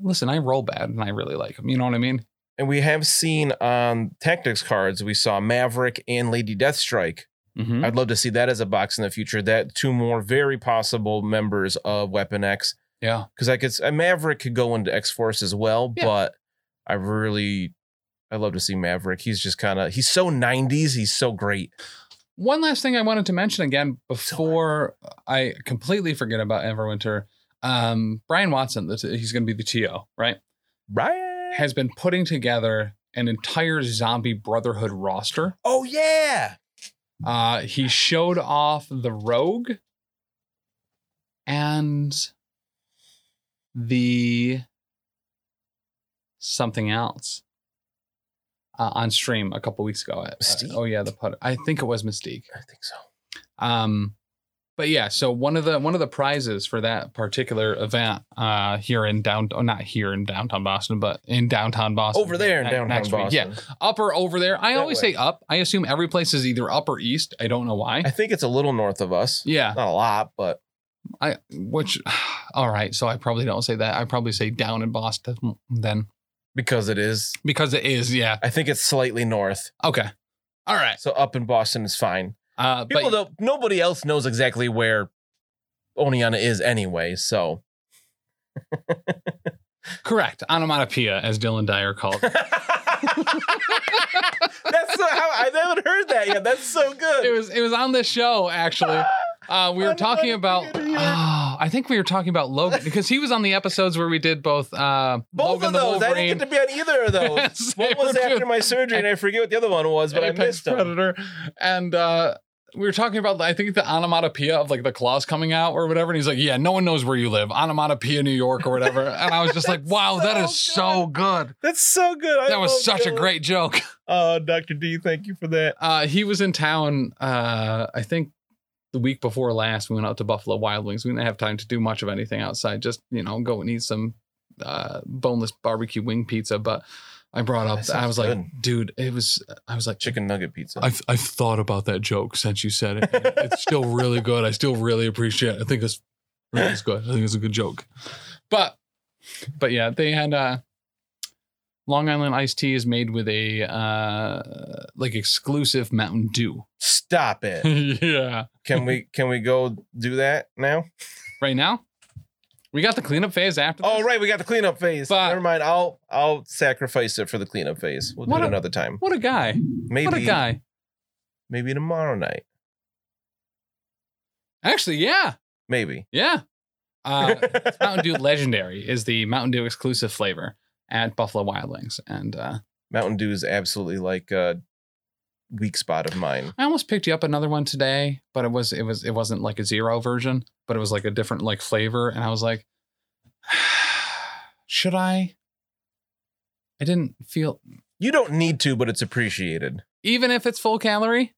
Speaker 1: listen, I roll bad, and I really like him. You know what I mean?
Speaker 2: And we have seen on tactics cards, we saw Maverick and Lady Deathstrike
Speaker 1: Mm-hmm.
Speaker 2: I'd love to see that as a box in the future. That two more very possible members of Weapon X,
Speaker 1: Yeah,
Speaker 2: because I could s- Maverick could go into X Force as well,
Speaker 1: Yeah.
Speaker 2: but I really I love to see Maverick. He's just kind of he's so '90s. He's so great.
Speaker 1: One last thing I wanted to mention again before I completely forget about Everwinter. Um, Brian Watson, that's- he's going to be the TO, right?
Speaker 2: Right?
Speaker 1: Has been putting together an entire zombie brotherhood roster.
Speaker 2: oh yeah.
Speaker 1: Uh, he showed off the rogue and the something else uh, on stream a couple weeks ago. Uh,
Speaker 2: Mystique?
Speaker 1: oh yeah, the put. I think it was Mystique.
Speaker 2: I think so.
Speaker 1: Um, but yeah, so one of the one of the prizes for that particular event uh, here in down, oh, not here in downtown Boston, but in downtown Boston
Speaker 2: Over there in
Speaker 1: ne-
Speaker 2: downtown
Speaker 1: next
Speaker 2: Boston.
Speaker 1: week. Yeah, up or over there. I
Speaker 2: That
Speaker 1: always
Speaker 2: way.
Speaker 1: say up. I assume every place is either up or east. I don't know why.
Speaker 2: I think it's a little north of us.
Speaker 1: yeah,
Speaker 2: Not a lot, but
Speaker 1: I which all right. So I probably don't say that. I probably say down in Boston then
Speaker 2: because it is,
Speaker 1: because it is. Yeah.
Speaker 2: I think it's slightly north.
Speaker 1: Okay. All right.
Speaker 2: So up in Boston is fine.
Speaker 1: Uh, but
Speaker 2: People don't. Nobody else knows exactly where Oneana is anyway. So.
Speaker 1: correct onomatopoeia, as Dylan Dyer called. it
Speaker 2: that's so how I haven't heard that yet. That's so
Speaker 1: It
Speaker 2: good.
Speaker 1: was it was on this show actually. Uh, we were talking about.
Speaker 2: Onomatopoeia to hear.
Speaker 1: Oh, I think we were talking about Logan because he was on the episodes where we did both. Uh,
Speaker 2: Both
Speaker 1: Logan
Speaker 2: of
Speaker 1: the
Speaker 2: those. I
Speaker 1: Wolverine.
Speaker 2: didn't get to be on either of those.
Speaker 1: Yes,
Speaker 2: One was
Speaker 1: they were
Speaker 2: after my surgery, and I forget what the other one was, but I
Speaker 1: Apex
Speaker 2: missed them.
Speaker 1: Predator, and uh, we were talking about I think the onomatopoeia of like the claws coming out or whatever, and he's like, "Yeah, no one knows where you live, onomatopoeia New York or whatever," and I was just like, "Wow, that is so good.
Speaker 2: That's so good. I
Speaker 1: That
Speaker 2: love
Speaker 1: was such a
Speaker 2: those.
Speaker 1: great joke."
Speaker 2: Oh, Doctor D, thank you for that.
Speaker 1: Uh, he was in town, uh, I think the week before last, we went out to Buffalo Wild Wings. We didn't have time to do much of anything outside. Just you know, go and eat some uh, boneless barbecue wing pizza. But I brought up,
Speaker 2: Oh, That
Speaker 1: I was
Speaker 2: sounds
Speaker 1: like, dude, it was. I was like,
Speaker 2: Chicken nugget pizza.
Speaker 3: I've, I've thought about that joke since you said it. It's still really good. I still really appreciate it. I think it's, I think it's good. I think it's a good joke.
Speaker 1: but but yeah, they had uh, Long Island iced tea is made with a uh, like exclusive Mountain Dew.
Speaker 2: Stop it.
Speaker 1: yeah.
Speaker 2: Can we can we go do that now?
Speaker 1: Right now, we got the cleanup phase after.
Speaker 2: Oh
Speaker 1: this.
Speaker 2: right, we got the cleanup phase.
Speaker 1: But-
Speaker 2: Never mind. I'll I'll sacrifice it for the cleanup phase. We'll do
Speaker 1: What
Speaker 2: it
Speaker 1: a-
Speaker 2: another time.
Speaker 1: What a guy!
Speaker 2: Maybe
Speaker 1: What a guy!
Speaker 2: maybe tomorrow night.
Speaker 1: Actually, yeah,
Speaker 2: Maybe.
Speaker 1: yeah. Uh, Mountain Dew Legendary is the Mountain Dew exclusive flavor at Buffalo Wild Wings, and uh,
Speaker 2: Mountain Dew is absolutely like a weak spot of mine.
Speaker 1: I almost picked you up another one today, but it was it was it wasn't like a zero version, but it was like a different like flavor, and I was like, should I? I didn't feel
Speaker 2: You don't need to, but it's appreciated.
Speaker 1: even if it's full calorie.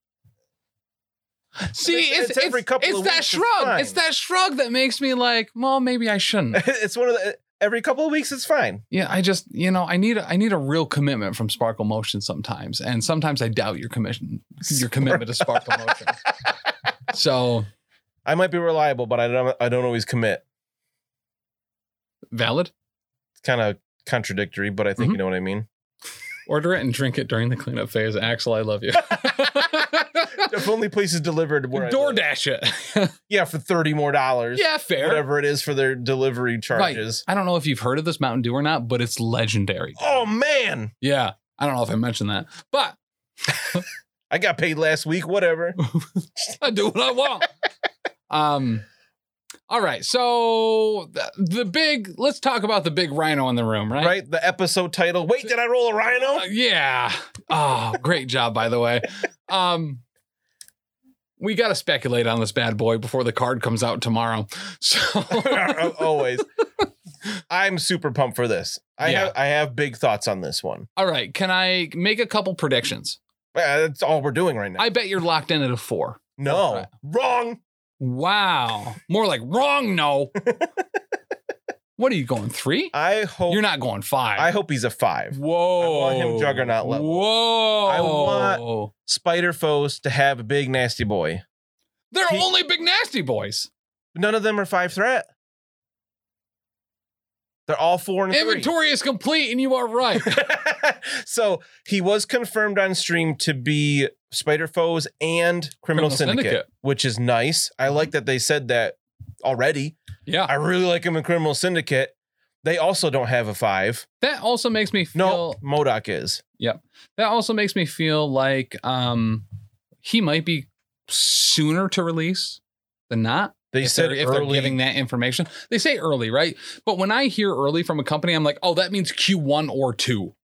Speaker 1: See,
Speaker 2: it's-
Speaker 1: it's,
Speaker 2: it's every
Speaker 1: it's-
Speaker 2: couple
Speaker 1: it's
Speaker 2: of
Speaker 1: that
Speaker 2: weeks, it's
Speaker 1: shrug. It's
Speaker 2: fine.
Speaker 1: that shrug that makes me like, well, maybe I shouldn't.
Speaker 2: it's one of the every couple of weeks it's fine.
Speaker 1: Yeah, I just you know I need a, I need a real commitment from Sparkle Motion sometimes, and sometimes I doubt your commission your commitment to Sparkle Motion. So
Speaker 2: I might be reliable, but I don't I don't always commit.
Speaker 1: valid.
Speaker 2: It's kind of contradictory, but I think you know what I mean.
Speaker 1: Order it and drink it during the cleanup phase. Axel, I love you.
Speaker 2: if only places delivered where I live.
Speaker 1: DoorDash it.
Speaker 2: Yeah, for 30 more dollars.
Speaker 1: yeah, fair.
Speaker 2: Whatever it is for their delivery charges.
Speaker 1: I don't know if you've heard of this Mountain Dew or not, but it's legendary.
Speaker 2: Oh man.
Speaker 1: Yeah, I don't know if I mentioned that, but
Speaker 2: I got paid last week, whatever.
Speaker 1: I do what I want. um. All right, so the, the big. Let's talk about the big rhino in the room, right?
Speaker 2: right? The episode title. Wait, did I roll a
Speaker 1: Uh,
Speaker 2: rhino?
Speaker 1: yeah. Oh, great job, by the way. Um, we got to speculate on this bad boy before the card comes out tomorrow. So,
Speaker 2: Always. I'm super pumped for this. I
Speaker 1: Yeah.
Speaker 2: have I have big thoughts on this one.
Speaker 1: all right, can I make a couple predictions?
Speaker 2: Uh, That's all we're doing right now.
Speaker 1: I bet you're locked in at a four.
Speaker 2: no.
Speaker 1: Right.
Speaker 2: Wrong.
Speaker 1: Wow. More like wrong, no. what are you going, three?
Speaker 2: I hope
Speaker 1: You're not going five.
Speaker 2: I hope he's a 5.
Speaker 1: Whoa.
Speaker 2: I want him juggernaut level.
Speaker 1: Whoa.
Speaker 2: I want- Spider foes to have a big nasty boy.
Speaker 1: They're
Speaker 2: he-
Speaker 1: only big nasty boys.
Speaker 2: None of them are five threat. They're all four and three.
Speaker 1: Inventory is complete, and you are right.
Speaker 2: so he was confirmed on stream to be Spider Foes and
Speaker 1: Criminal
Speaker 2: Criminal, Syndicate,
Speaker 1: Syndicate. Mm-hmm.
Speaker 2: which is nice. I like that they said that already.
Speaker 1: yeah.
Speaker 2: I really like him in Criminal Syndicate. They also don't have a five.
Speaker 1: That also makes me feel
Speaker 2: No, Modoc is.
Speaker 1: that also makes me feel like um he might be sooner to release than not.
Speaker 2: They
Speaker 1: if
Speaker 2: said
Speaker 1: they're, if they're
Speaker 2: early.
Speaker 1: giving that information. They say early, right? But when I hear early from a company, I'm like, oh, that means Q1 or two.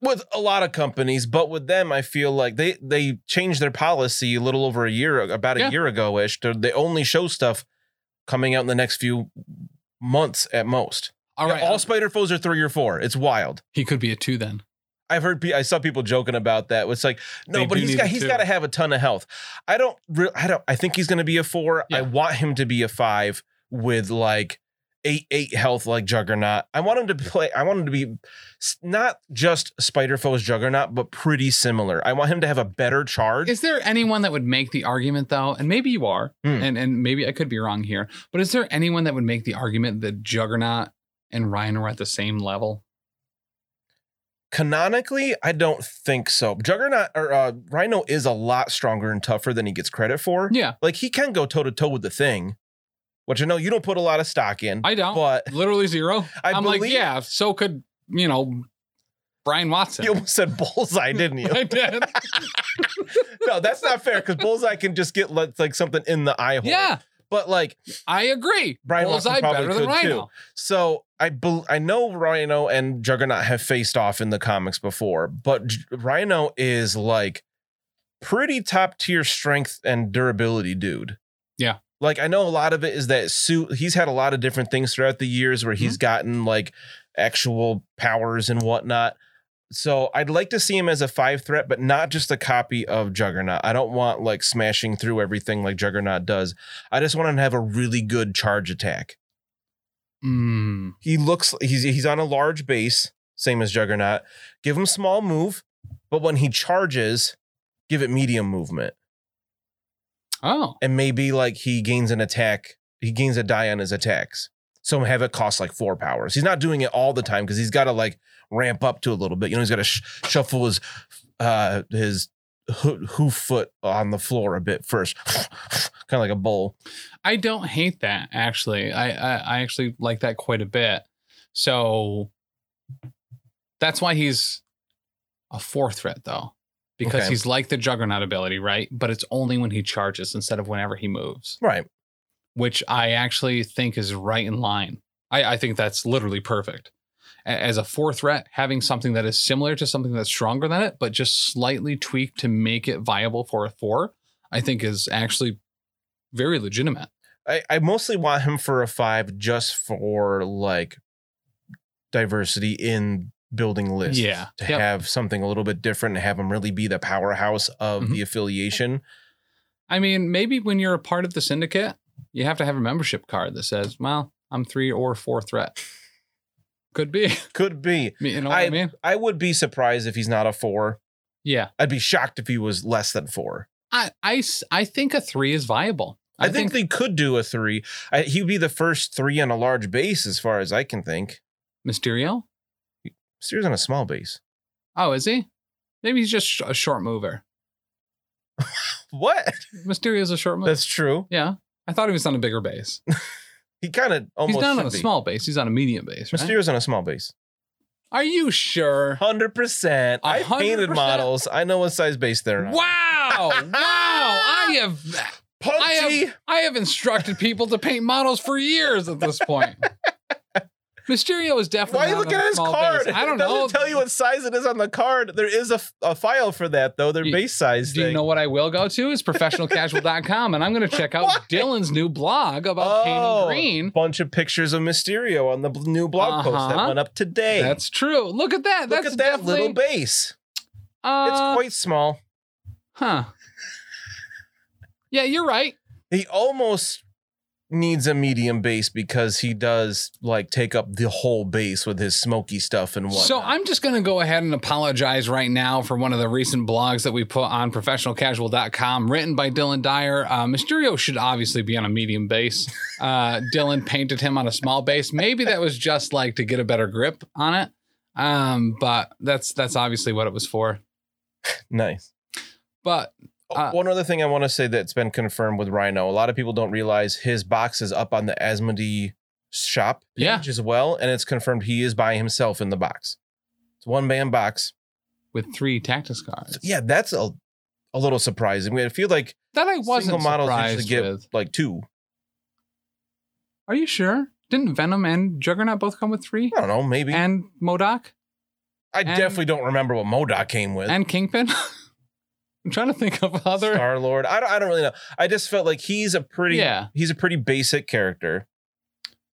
Speaker 2: with a lot of companies, but with them, I feel like they they changed their policy a little over a year, about a
Speaker 1: Yeah.
Speaker 2: year ago ish. They only show stuff coming out in the next few months at most.
Speaker 1: All right. um
Speaker 2: All Spider Foes are three or four. It's wild.
Speaker 1: he could be a two then.
Speaker 2: I've heard pe- I saw people joking about that. It's like no,
Speaker 3: They
Speaker 2: but
Speaker 3: do
Speaker 2: he's
Speaker 3: need
Speaker 2: got
Speaker 3: it
Speaker 2: he's
Speaker 3: too.
Speaker 2: got to have a ton of health. I don't re- I don't I think he's going to be a 4. I
Speaker 1: Yeah.
Speaker 2: want him to be a 5 with like 8 8 health like Juggernaut. I want him to play I want him to be s- not just Spider Foes Juggernaut but pretty similar. I want him to have a better charge.
Speaker 1: Is there anyone that would make the argument though? And maybe you are,
Speaker 2: Hmm.
Speaker 1: and and maybe I could be wrong here, but is there anyone that would make the argument that Juggernaut and Ryan are at the same level?
Speaker 2: Canonically, I don't think so. Juggernaut or uh, Rhino is a lot stronger and tougher than he gets credit for.
Speaker 1: Yeah,
Speaker 2: Like he can go toe to toe with the thing, which I know you don't put a lot of stock in.
Speaker 1: I don't.
Speaker 2: but
Speaker 1: Literally zero.
Speaker 2: I
Speaker 1: I'm like,
Speaker 2: believe-
Speaker 1: yeah, so could, you know, Brian Watson.
Speaker 2: You almost said bullseye, didn't you?
Speaker 1: I did.
Speaker 2: no, that's not fair because bullseye can just get like like, something in the eye hole.
Speaker 1: yeah,
Speaker 2: but like
Speaker 1: I agree.
Speaker 2: Brian Watson
Speaker 1: Bullseye
Speaker 2: probably
Speaker 1: better than
Speaker 2: could
Speaker 1: Rhino.
Speaker 2: so, I bel I know Rhino and Juggernaut have faced off in the comics before, but J- Rhino is like pretty top tier strength and durability, dude.
Speaker 1: Yeah.
Speaker 2: Like I know a lot of it is that suit. He's had a lot of different things throughout the years where he's gotten like actual powers and whatnot. So I'd like to see him as a five threat, but not just a copy of Juggernaut. I don't want like smashing through everything like Juggernaut does. I just want him to have a really good charge attack.
Speaker 1: Mm.
Speaker 2: He looks he's he's on a large base, same as Juggernaut. Give him small move, but when he charges, give it medium movement.
Speaker 1: Oh,
Speaker 2: And maybe like he gains an attack, he gains a die on his attacks. So have it cost like four powers. He's not doing it all the time because he's got to like ramp up to a little bit. You know, he's got to sh- shuffle his uh his hoo- hoof foot on the floor a bit first, kind of like a bull.
Speaker 1: I don't hate that actually. I, I I actually like that quite a bit. So that's why he's a four threat though, because
Speaker 2: Okay.
Speaker 1: he's like the Juggernaut ability, right? But it's only when he charges instead of whenever he moves,
Speaker 2: Right.
Speaker 1: which I actually think is right in line. I, I think that's literally perfect. A- As a four threat, having something that is similar to something that's stronger than it, but just slightly tweaked to make it viable for a four, I think is actually very legitimate.
Speaker 2: I, I mostly want him for a five just for like diversity in building lists.
Speaker 1: Yeah.
Speaker 2: To
Speaker 1: Yep.
Speaker 2: have something a little bit different and have him really be the powerhouse of
Speaker 1: Mm-hmm.
Speaker 2: the affiliation.
Speaker 1: I mean, maybe when you're a part of the syndicate, you have to have a membership card that says, "Well, I'm three or four threat." Could be.
Speaker 2: Could be.
Speaker 1: You know what I, mean?
Speaker 2: I would be surprised if he's not a four.
Speaker 1: Yeah.
Speaker 2: I'd be shocked if he was less than four.
Speaker 1: I I s- I think a three is viable.
Speaker 2: I, think, they could do a three. I, he'd be the first three on a large base, as far as I can think.
Speaker 1: Mysterio.
Speaker 2: Steers on a small base.
Speaker 1: Oh, is he? Maybe he's just sh- a short mover.
Speaker 2: What?
Speaker 1: Mysterio's a short mover.
Speaker 2: That's true.
Speaker 1: yeah. I thought he was on a bigger base.
Speaker 2: He kind of almost.
Speaker 1: He's not on
Speaker 2: should
Speaker 1: a
Speaker 2: be.
Speaker 1: small base. He's on a medium base. Right?
Speaker 2: Mysterio's on a small base.
Speaker 1: Are you sure?
Speaker 2: Hundred percent. I
Speaker 1: A hundred
Speaker 2: painted
Speaker 1: percent.
Speaker 2: models. I know what size base they're on.
Speaker 1: Wow! wow! I have I
Speaker 2: Punchy.
Speaker 1: have, I have instructed people to paint models for years at this point. Mysterio is definitely.
Speaker 2: Why are you
Speaker 1: not
Speaker 2: looking
Speaker 1: on
Speaker 2: at
Speaker 1: a
Speaker 2: his
Speaker 1: small
Speaker 2: card?
Speaker 1: base. I
Speaker 2: it
Speaker 1: don't
Speaker 2: doesn't
Speaker 1: know.
Speaker 2: tell you what size it is on the card. There is a, f- a file for that though. Their
Speaker 1: Do you-
Speaker 2: base size.
Speaker 1: Do you
Speaker 2: thing.
Speaker 1: know what I will go to? Is professionalcasual.com, and I'm going to check out
Speaker 2: Why?
Speaker 1: Dylan's new blog about
Speaker 2: Oh,
Speaker 1: painting green.
Speaker 2: bunch of pictures of Mysterio on the bl- new blog post that
Speaker 1: Uh-huh.
Speaker 2: went up today.
Speaker 1: That's true. Look at that.
Speaker 2: Look
Speaker 1: That's
Speaker 2: at that
Speaker 1: definitely-
Speaker 2: little base. it's
Speaker 1: Uh,
Speaker 2: quite small.
Speaker 1: huh. Yeah, you're right.
Speaker 2: He almost needs a medium base because he does like take up the whole base with his smoky stuff and whatnot.
Speaker 1: So I'm just going to go ahead and apologize right now for one of the recent blogs that we put on professionalcasual.com, written by Dylan Dyer. Uh, Mysterio should obviously be on a medium base. Uh, Dylan painted him on a small base. Maybe that was just like to get a better grip on it. Um, but that's that's obviously what it was for.
Speaker 2: nice.
Speaker 1: But Uh,
Speaker 2: One other thing I want to say that's been confirmed with Rhino. A lot of people don't realize his box is up on the Asmodee shop page
Speaker 1: Yeah.
Speaker 2: as well, and it's confirmed he is by himself in the box. It's one man box.
Speaker 1: with three tactics cards
Speaker 2: Yeah, that's a a little surprising. I feel like
Speaker 1: that I
Speaker 2: single
Speaker 1: wasn't
Speaker 2: models
Speaker 1: surprised
Speaker 2: usually get
Speaker 1: with.
Speaker 2: like two.
Speaker 1: Are you sure? Didn't Venom and Juggernaut both come with three?
Speaker 2: I don't know, maybe.
Speaker 1: And Modoc?
Speaker 2: I
Speaker 1: and-
Speaker 2: definitely don't remember what Modoc came with.
Speaker 1: and Kingpin. I'm trying to think of other.
Speaker 2: Star Lord. I don't, I don't really know. I just felt like he's a pretty
Speaker 1: Yeah.
Speaker 2: he's a pretty basic character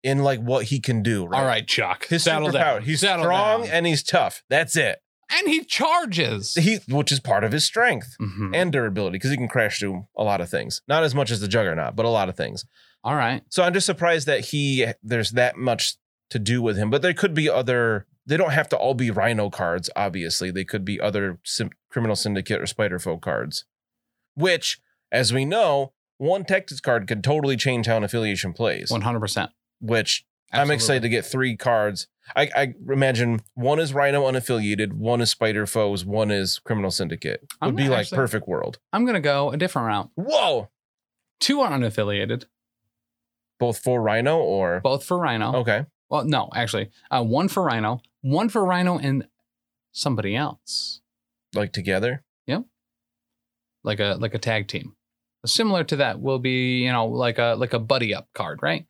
Speaker 2: in like what he can do. Right?
Speaker 1: All right, Chuck.
Speaker 2: His
Speaker 1: settle
Speaker 2: superpower.
Speaker 1: down.
Speaker 2: He's
Speaker 1: Settle
Speaker 2: strong
Speaker 1: down.
Speaker 2: and he's tough. That's it.
Speaker 1: and he charges.
Speaker 2: he which is part of his strength
Speaker 1: Mhm.
Speaker 2: and durability because he can crash through a lot of things not as much as the juggernaut but a lot of things
Speaker 1: All right.
Speaker 2: so i'm just surprised that he there's that much to do with him but there could be other they don't have to all be rhino cards obviously they could be other sim- criminal syndicate or spider folk cards which as we know one tactics card could totally change how an affiliation plays
Speaker 1: 100%.
Speaker 2: which I'm
Speaker 1: Absolutely.
Speaker 2: excited to get three cards. I, I imagine one is Rhino unaffiliated, one is Spider Foes, one is Criminal Syndicate. Would
Speaker 1: I'm
Speaker 2: be like
Speaker 1: actually-
Speaker 2: perfect world.
Speaker 1: I'm going to go a different route.
Speaker 2: Whoa!
Speaker 1: Two are unaffiliated,
Speaker 2: Both for Rhino or
Speaker 1: both for Rhino.
Speaker 2: okay.
Speaker 1: Well, no, actually, uh, one for Rhino, one for Rhino and somebody else,
Speaker 2: Like together.
Speaker 1: like a like a tag team. Similar to that will be, you know, like a like a buddy up card, right?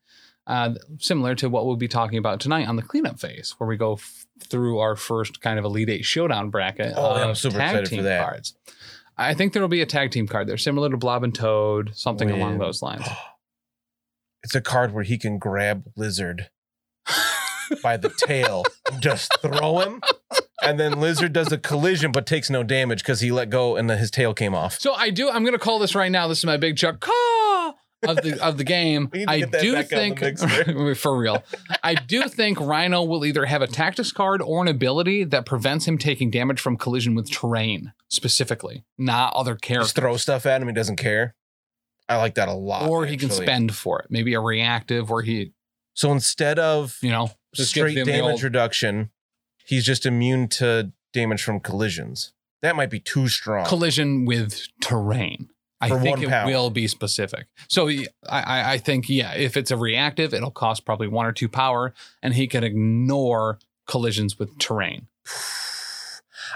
Speaker 1: Uh, similar to what we'll be talking about tonight on the cleanup phase, where we go f- through our first kind of Elite Eight showdown bracket.
Speaker 2: Oh, yeah, I'm
Speaker 1: of
Speaker 2: super
Speaker 1: tag
Speaker 2: excited for
Speaker 1: team
Speaker 2: that.
Speaker 1: Cards. I think there will be a tag team card there, similar to Blob and Toad, something along
Speaker 2: Win.
Speaker 1: those lines.
Speaker 2: It's a card where he can grab Lizard by the tail and just throw him and then Lizard does a collision but takes no damage because he let go and then his tail came off.
Speaker 1: So I do. I'm going to call this right now. This is my big chuck caw of the of the game.
Speaker 2: We need to
Speaker 1: I
Speaker 2: get that
Speaker 1: do
Speaker 2: back out
Speaker 1: think
Speaker 2: of the
Speaker 1: for real. I do think Rhino will either have a tactics card or an ability that prevents him taking damage from collision with terrain specifically, not other
Speaker 2: Just
Speaker 1: characters.
Speaker 2: throw stuff at him. He doesn't care. I like that a lot.
Speaker 1: Or he can
Speaker 2: actually.
Speaker 1: spend for it. Maybe a reactive where he,
Speaker 2: So instead of
Speaker 1: you know, just gives
Speaker 2: straight
Speaker 1: him the
Speaker 2: damage
Speaker 1: old-
Speaker 2: reduction, he's just immune to damage from collisions. That might be too strong.
Speaker 1: collision with terrain. I
Speaker 2: Oh. For
Speaker 1: think
Speaker 2: one
Speaker 1: it
Speaker 2: pound.
Speaker 1: will be specific. So y- I, I- I think yeah, if it's a reactive, it'll cost probably one or two power, and he can ignore collisions with terrain.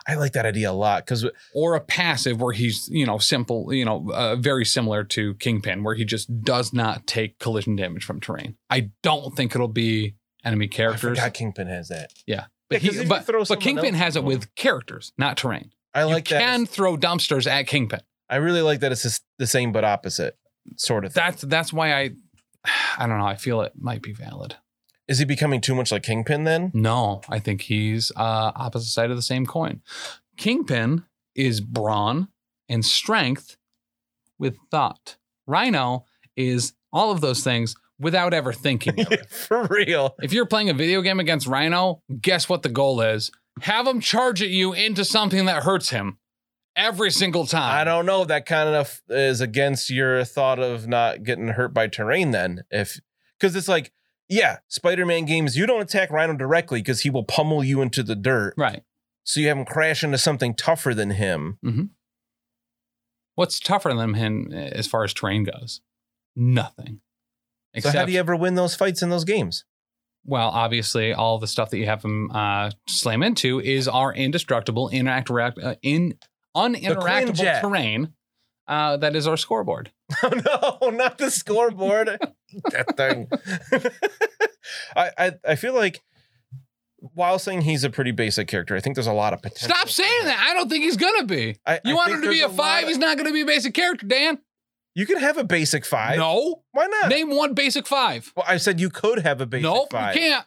Speaker 2: I like that idea a lot because
Speaker 1: Or a passive where he's you know simple you know uh, very similar to Kingpin where he just does not take collision damage from terrain. I don't think it'll be enemy
Speaker 2: I
Speaker 1: characters,
Speaker 2: forgot Kingpin has that.
Speaker 1: but
Speaker 2: Yeah, 'cause if
Speaker 1: he
Speaker 2: you
Speaker 1: but,
Speaker 2: throw
Speaker 1: but
Speaker 2: someone
Speaker 1: Kingpin
Speaker 2: else
Speaker 1: has it
Speaker 2: in one.
Speaker 1: with characters, not terrain.
Speaker 2: I like
Speaker 1: you
Speaker 2: that.
Speaker 1: can throw dumpsters at Kingpin.
Speaker 2: I really like that it's just the same but opposite sort of thing.
Speaker 1: that's that's why I I don't know. I feel it might be valid.
Speaker 2: Is he becoming too much like Kingpin then?
Speaker 1: No, I think he's uh opposite side of the same coin. Kingpin is brawn and strength with thought. Rhino is all of those things without ever thinking of it.
Speaker 2: For real.
Speaker 1: if you're playing a video game against Rhino, guess what the goal is? Have him charge at you into something that hurts him every single time.
Speaker 2: I don't know. That kind of is against your thought of not getting hurt by terrain then. If because it's like, yeah, Spider-Man games, you don't attack Rhino directly because he will pummel you into the dirt.
Speaker 1: Right.
Speaker 2: So you have him crash into something tougher than him.
Speaker 1: What's tougher than him eh, as far as terrain goes? Nothing.
Speaker 2: so how do you ever win those fights in those games?
Speaker 1: Well, obviously, all the stuff that you have them uh, slam into is our indestructible, interact, uh, in
Speaker 2: clean
Speaker 1: uninteractable
Speaker 2: jet.
Speaker 1: terrain. Uh, that is our scoreboard.
Speaker 2: Oh no, not the scoreboard. that thing. I, I I feel like while saying he's a pretty basic character, I think there's a lot of potential.
Speaker 1: Stop saying that. I don't think he's gonna be.
Speaker 2: I,
Speaker 1: You
Speaker 2: I
Speaker 1: want
Speaker 2: think
Speaker 1: him to be
Speaker 2: there's
Speaker 1: a five?
Speaker 2: lot of-
Speaker 1: he's not gonna be a basic character, Dan.
Speaker 2: you could have a basic five.
Speaker 1: no.
Speaker 2: Why not?
Speaker 1: Name one basic five.
Speaker 2: Well, I said you could have a basic
Speaker 1: Nope,
Speaker 2: five.
Speaker 1: you can't.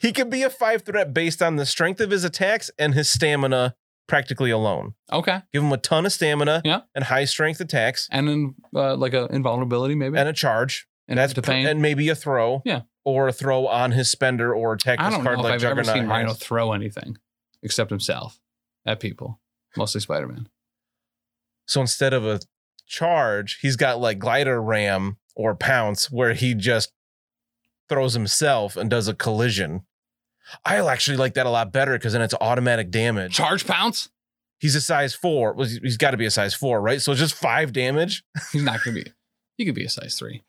Speaker 2: He could be a five threat based on the strength of his attacks and his stamina practically alone.
Speaker 1: Okay,
Speaker 2: Give him a ton of stamina
Speaker 1: Yeah.
Speaker 2: and high strength attacks
Speaker 1: and then uh, like a invulnerability maybe.
Speaker 2: and a charge.
Speaker 1: And
Speaker 2: that's
Speaker 1: the
Speaker 2: pr-
Speaker 1: pain.
Speaker 2: and maybe a throw.
Speaker 1: Yeah.
Speaker 2: Or a throw on his spender or attack
Speaker 1: I
Speaker 2: his
Speaker 1: don't
Speaker 2: card
Speaker 1: know if
Speaker 2: like
Speaker 1: I've ever
Speaker 2: Juggernaut.
Speaker 1: seen Rhino
Speaker 2: has.
Speaker 1: throw anything except himself at people, mostly Spider Man.
Speaker 2: So instead of a charge, he's got like glider ram or pounce where he just throws himself and does a collision. I actually like that a lot better because then it's automatic damage.
Speaker 1: Charge pounce.
Speaker 2: He's a size four. Well, he's- he's got to be a size four, right? So it's just five damage.
Speaker 1: He's not gonna be. He could be a size three.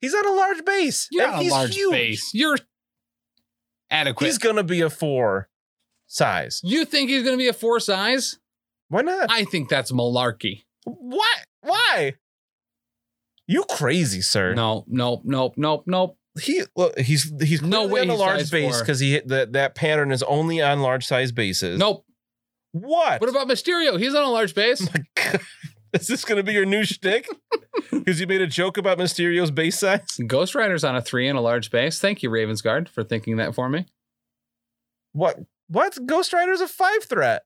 Speaker 2: He's on a large base.
Speaker 1: You're
Speaker 2: and
Speaker 1: not a
Speaker 2: he's
Speaker 1: large
Speaker 2: huge.
Speaker 1: base. You're adequate.
Speaker 2: He's gonna be a four size.
Speaker 1: you think he's going to be a four size?
Speaker 2: Why not?
Speaker 1: I think that's malarkey.
Speaker 2: What? Why? You crazy, sir.
Speaker 1: No, no, no, no, no.
Speaker 2: He look, he's he's
Speaker 1: No
Speaker 2: clearly
Speaker 1: way
Speaker 2: on a
Speaker 1: he's
Speaker 2: large
Speaker 1: size
Speaker 2: base
Speaker 1: four.
Speaker 2: because he hit that that pattern is only on large size bases.
Speaker 1: Nope.
Speaker 2: What? Oh
Speaker 1: What about Mysterio? He's on a large base.
Speaker 2: is this gonna be your new shtick? Because you made a joke about Mysterio's base size.
Speaker 1: Ghost Rider's on a three and a large base. Thank you, Ravensguard, for thinking that for me.
Speaker 2: What? What? Ghost Rider's a five threat.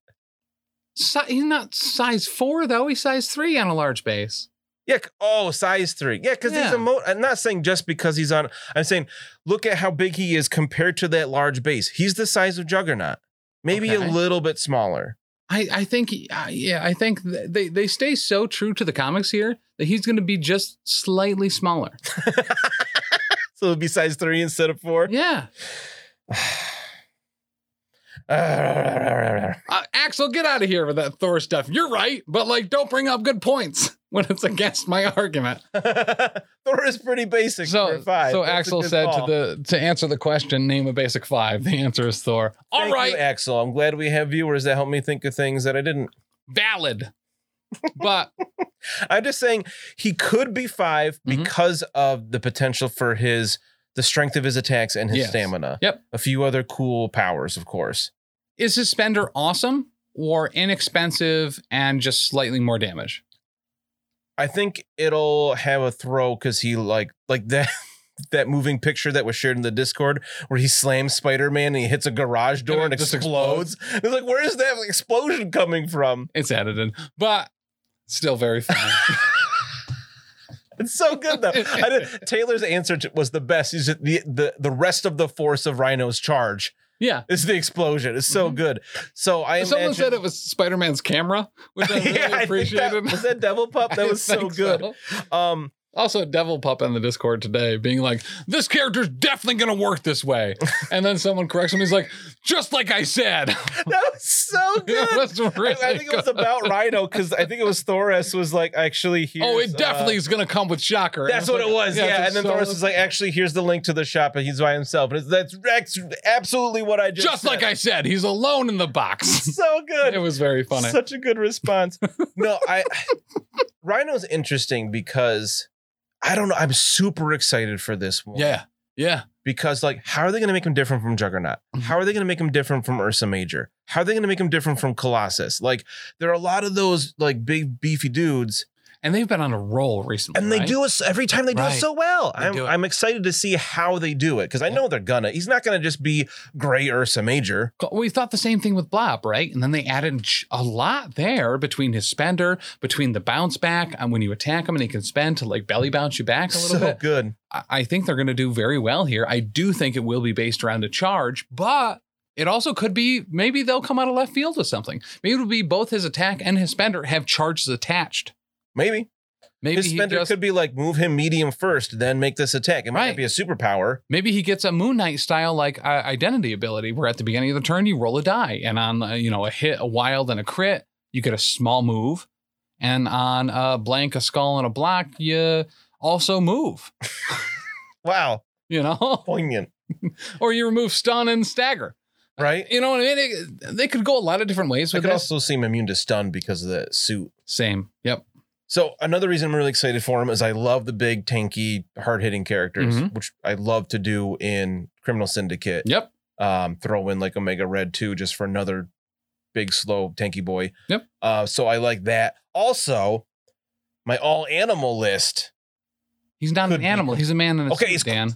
Speaker 1: Si- he's not size four, though. He's size three on a large base.
Speaker 2: Yeah. c- Oh, size three. Yeah, because he's
Speaker 1: Yeah.
Speaker 2: a mo. I'm not saying just because he's on. I'm saying look at how big he is compared to that large base. He's the size of Juggernaut. Maybe
Speaker 1: Okay.
Speaker 2: a little bit smaller.
Speaker 1: I, I think, he- uh, yeah, I think th- they, they stay so true to the comics here that he's going to be just slightly smaller.
Speaker 2: So it'd be size three instead of four.
Speaker 1: Yeah. Uh, Axel, get out of here with that Thor stuff. You're right, but like, don't bring up good points when it's against my argument.
Speaker 2: Thor is pretty basic
Speaker 1: So,
Speaker 2: for five.
Speaker 1: so
Speaker 2: That's a
Speaker 1: Axel
Speaker 2: good
Speaker 1: said
Speaker 2: call.
Speaker 1: to the to answer the question, name a basic five. The answer is Thor. All
Speaker 2: Thank
Speaker 1: right,
Speaker 2: you, Axel. I'm glad we have viewers that help me think of things that I didn't.
Speaker 1: valid. But
Speaker 2: I'm just saying he could be 5
Speaker 1: Mhm.
Speaker 2: because of the potential for his the strength of his attacks and his
Speaker 1: Yes.
Speaker 2: stamina.
Speaker 1: Yep.
Speaker 2: A few other cool powers, of course.
Speaker 1: is his spender awesome or inexpensive and just slightly more damage?
Speaker 2: I think it'll have a throw because he like like that that moving picture that was shared in the Discord where he slams Spider Man and he hits a garage door
Speaker 3: And
Speaker 2: and,
Speaker 3: it just
Speaker 2: explodes. It's like, where is that explosion coming from?
Speaker 1: It's edited, but still very funny.
Speaker 2: It's so good though. I did, Taylor's answer to, was the best. He's just, the, the the rest of the force of Rhino's charge
Speaker 1: yeah.
Speaker 2: is the explosion. It's so
Speaker 1: Mhm.
Speaker 2: good. So I
Speaker 1: Someone
Speaker 2: imagine,
Speaker 1: said it was Spider Man's camera, which I really
Speaker 2: Yeah, I think that-
Speaker 1: appreciated.
Speaker 2: was that Devil Pup?
Speaker 1: I
Speaker 2: That was so
Speaker 1: think
Speaker 2: good. Um,
Speaker 1: Also, Devil Pup in the Discord today being like, this character's definitely going to work this way. And then someone corrects him. He's like, just like I said.
Speaker 2: That was so
Speaker 1: It
Speaker 2: good.
Speaker 1: was really
Speaker 2: I, I think it was
Speaker 1: good.
Speaker 2: about Rhino because I think it was Thoris was like actually here.
Speaker 1: Oh, it definitely is going to come with Shocker. And
Speaker 2: uh, that's
Speaker 1: it's
Speaker 2: what
Speaker 1: like,
Speaker 2: it was. Yeah,
Speaker 1: it's
Speaker 2: and then
Speaker 1: so-
Speaker 2: Thoris was like, actually, here's the link to the shop, and he's by himself. And it's, that's, that's absolutely what I just
Speaker 1: just like I said, he's alone in the box.
Speaker 2: so good.
Speaker 1: it was very funny.
Speaker 2: Such a good response. no, I Rhino's interesting because I don't know. I'm super excited for this one.
Speaker 1: yeah. Yeah.
Speaker 2: because like how are they going to make him different from juggernaut
Speaker 1: Mm-hmm.
Speaker 2: how are they going to make him different from ursa major how are they going to make him different from colossus like there are a lot of those like big beefy dudes
Speaker 1: And they've been on a roll recently.
Speaker 2: and they
Speaker 1: right?
Speaker 2: do it s- every time they do
Speaker 1: Right.
Speaker 2: it so well
Speaker 1: They do
Speaker 2: I'm,
Speaker 1: it.
Speaker 2: I'm excited to see how they do it because i
Speaker 1: Yeah.
Speaker 2: know they're gonna he's not gonna just be gray ursa major
Speaker 1: We thought the same thing with Blob, right? And then they added ch- a lot there between his spender, between the bounce back, and when you attack him and he can spend to like belly bounce you back a little
Speaker 2: so
Speaker 1: bit.
Speaker 2: good
Speaker 1: I- I think they're going to do very well here. I do think it will be based around a charge, but it also could be maybe they'll come out of left field with something. Maybe it'll be both his attack and his spender have charges attached.
Speaker 2: maybe,
Speaker 1: Maybe
Speaker 2: his
Speaker 1: he
Speaker 2: spender
Speaker 1: just-
Speaker 2: could be like move him medium first then make this attack it might
Speaker 1: Right.
Speaker 2: not be a superpower
Speaker 1: Maybe he gets a Moon Knight style like uh, identity ability, where at the beginning of the turn you roll a die, and on uh, you know a hit, a wild, and a crit, you get a small move, and on a blank, a skull, and a block, you also move.
Speaker 2: wow
Speaker 1: You know,
Speaker 2: poignant
Speaker 1: or you remove stun and stagger.
Speaker 2: right
Speaker 1: You know what I mean? It- they could go a lot of different ways
Speaker 2: i
Speaker 1: with
Speaker 2: could
Speaker 1: this.
Speaker 2: also seem immune to stun because of the suit
Speaker 1: Same. Yep.
Speaker 2: So another reason I'm really excited for him is I love the big tanky, hard hitting characters,
Speaker 1: Mhm.
Speaker 2: which I love to do in Criminal Syndicate.
Speaker 1: Yep.
Speaker 2: Um, throw in like Omega Red too, just for another big slow tanky boy.
Speaker 1: Yep.
Speaker 2: Uh, so I like that. Also, my all animal list.
Speaker 1: He's not
Speaker 2: Could
Speaker 1: an
Speaker 2: be.
Speaker 1: animal. He's a man in a
Speaker 2: Okay,
Speaker 1: suit,
Speaker 2: he's-
Speaker 1: Dan.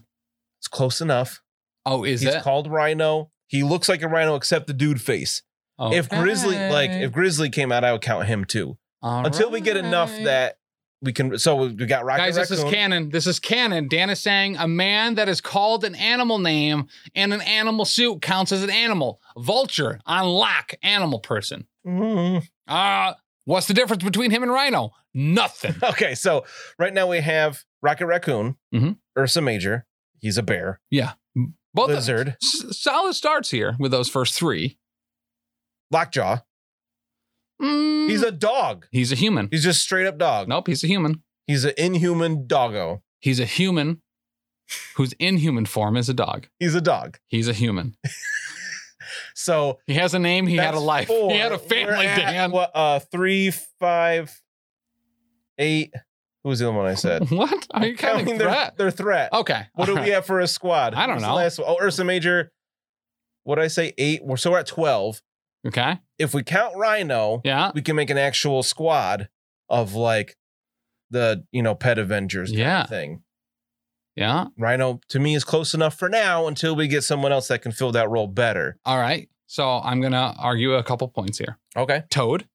Speaker 2: It's close enough.
Speaker 1: Oh, is
Speaker 2: He's
Speaker 1: it?
Speaker 2: called Rhino. He looks like a rhino except the dude face.
Speaker 1: Oh.
Speaker 2: If Grizzly, like if Grizzly came out, I would count him too. Until we get enough that we can. So we we got Rocket
Speaker 1: Guys, this is
Speaker 2: Raccoon.
Speaker 1: canon. This is canon. Dan is saying a man that is called an animal name and an animal suit counts as an animal. Vulture, on lock, animal person.
Speaker 2: Mhm.
Speaker 1: Uh, what's the difference between him and Rhino? Nothing.
Speaker 2: Okay, so right now we have Rocket Raccoon,
Speaker 1: Mhm.
Speaker 2: Ursa Major. He's a bear.
Speaker 1: Both of-
Speaker 2: Lizard,
Speaker 1: S- solid starts here with those first three.
Speaker 2: Lockjaw.
Speaker 1: Mm,
Speaker 2: He's a dog.
Speaker 1: he's a human.
Speaker 2: He's just straight up dog.
Speaker 1: Nope, he's a human.
Speaker 2: He's an inhuman doggo.
Speaker 1: He's a human whose inhuman form is a dog.
Speaker 2: He's a dog.
Speaker 1: He's a human.
Speaker 2: So
Speaker 1: He has a name. He had a
Speaker 2: that's
Speaker 1: life.
Speaker 2: four.
Speaker 1: He had a family,
Speaker 2: We're at,
Speaker 1: Dan. What?
Speaker 2: What, uh, three, five, eight. Who was the other one I said?
Speaker 1: Are you counting
Speaker 2: their,
Speaker 1: threat?
Speaker 2: their threat.
Speaker 1: Okay.
Speaker 2: What do
Speaker 1: All
Speaker 2: we have for a squad?
Speaker 1: I don't
Speaker 2: Who's the
Speaker 1: know.
Speaker 2: last one? Oh, Ursa Major. What did I say? Eight. We're- So we're at 12.
Speaker 1: right. Okay.
Speaker 2: If we count Rhino,
Speaker 1: Yeah.
Speaker 2: we can make an actual squad of like the you know pet avengers kind of
Speaker 1: Yeah.
Speaker 2: thing
Speaker 1: Yeah.
Speaker 2: rhino to me is close enough for now until we get someone else that can fill that role better
Speaker 1: All right. So I'm going to argue a couple points here.
Speaker 2: okay
Speaker 1: Toad,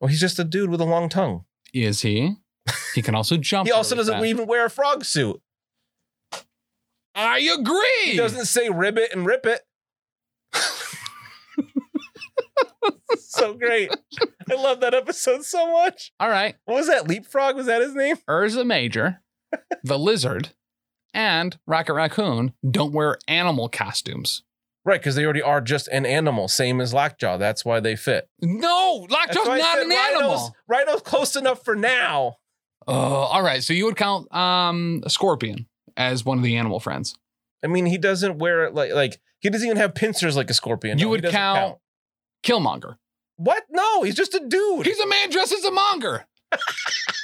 Speaker 2: well he's just a dude with a long tongue
Speaker 1: is he? He can also jump.
Speaker 2: he also
Speaker 1: really
Speaker 2: doesn't
Speaker 1: fast.
Speaker 2: even wear a frog suit
Speaker 1: I agree.
Speaker 2: he doesn't say ribbit and rip it so great i love that episode so much
Speaker 1: All right.
Speaker 2: what was that leapfrog was that his name
Speaker 1: Urza Major, the lizard, and Rocket Raccoon don't wear animal costumes.
Speaker 2: right because they already are just an animal same as lockjaw that's why they fit
Speaker 1: No, Lockjaw's
Speaker 2: That's why I
Speaker 1: not
Speaker 2: said
Speaker 1: an
Speaker 2: rhinos-
Speaker 1: animal.
Speaker 2: Rhino's close enough for now.
Speaker 1: Oh, all right. So you would count um, a scorpion as one of the animal friends.
Speaker 2: I mean, he doesn't wear it like like he doesn't even have pincers like a scorpion.
Speaker 1: You
Speaker 2: No, he
Speaker 1: would
Speaker 2: doesn't
Speaker 1: count- Killmonger.
Speaker 2: What? No, he's just a dude.
Speaker 1: He's a man dressed as a monger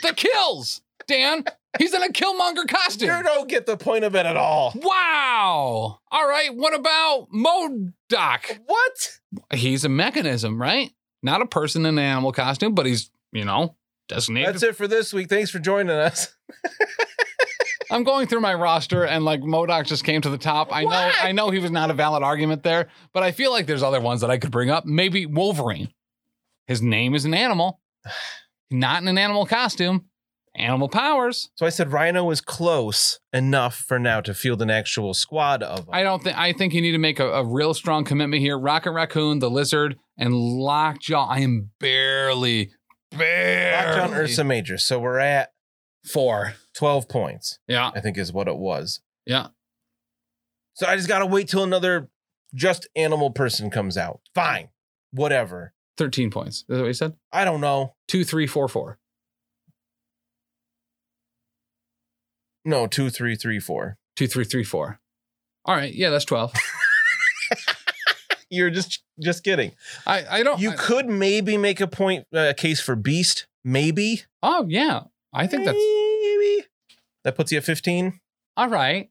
Speaker 1: that kills, Dan. He's in a Killmonger
Speaker 2: you
Speaker 1: costume.
Speaker 2: don't get the point of it at all.
Speaker 1: Wow. All right. What about Modoc?
Speaker 2: What?
Speaker 1: He's a mechanism, right? Not a person in an animal costume, but he's, you know, designated.
Speaker 2: That's it for this week. Thanks for joining us.
Speaker 1: I'm going through my roster, and like Modoc just came to the top. I know, I know he was not a valid argument there, but I feel like there's other ones that I could bring up. Maybe Wolverine. His name is an animal, not in an animal costume. Animal powers.
Speaker 2: So I said Rhino is close enough for now to field an actual squad of them.
Speaker 1: I don't think. I think you need to make a, a real strong commitment here. Rocket Raccoon, the lizard, and Lockjaw. I am barely, barely
Speaker 2: Lockjaw and Ursa Major. So we're at
Speaker 1: four.
Speaker 2: 12 points,
Speaker 1: Yeah,
Speaker 2: I think is what it was.
Speaker 1: yeah.
Speaker 2: So I just got to wait till another just animal person comes out. Fine. Whatever.
Speaker 1: Thirteen points. Is that what you said?
Speaker 2: I don't know.
Speaker 1: Two, three, four, four.
Speaker 2: No, two, three, three, four.
Speaker 1: Two, three, three, four. All right. Yeah, that's twelve.
Speaker 2: You're just just kidding.
Speaker 1: I I don't.
Speaker 2: You
Speaker 1: I-
Speaker 2: could maybe make a point uh, a case for Beast, maybe.
Speaker 1: oh yeah. I think that's
Speaker 2: maybe that puts you at 15.
Speaker 1: all right.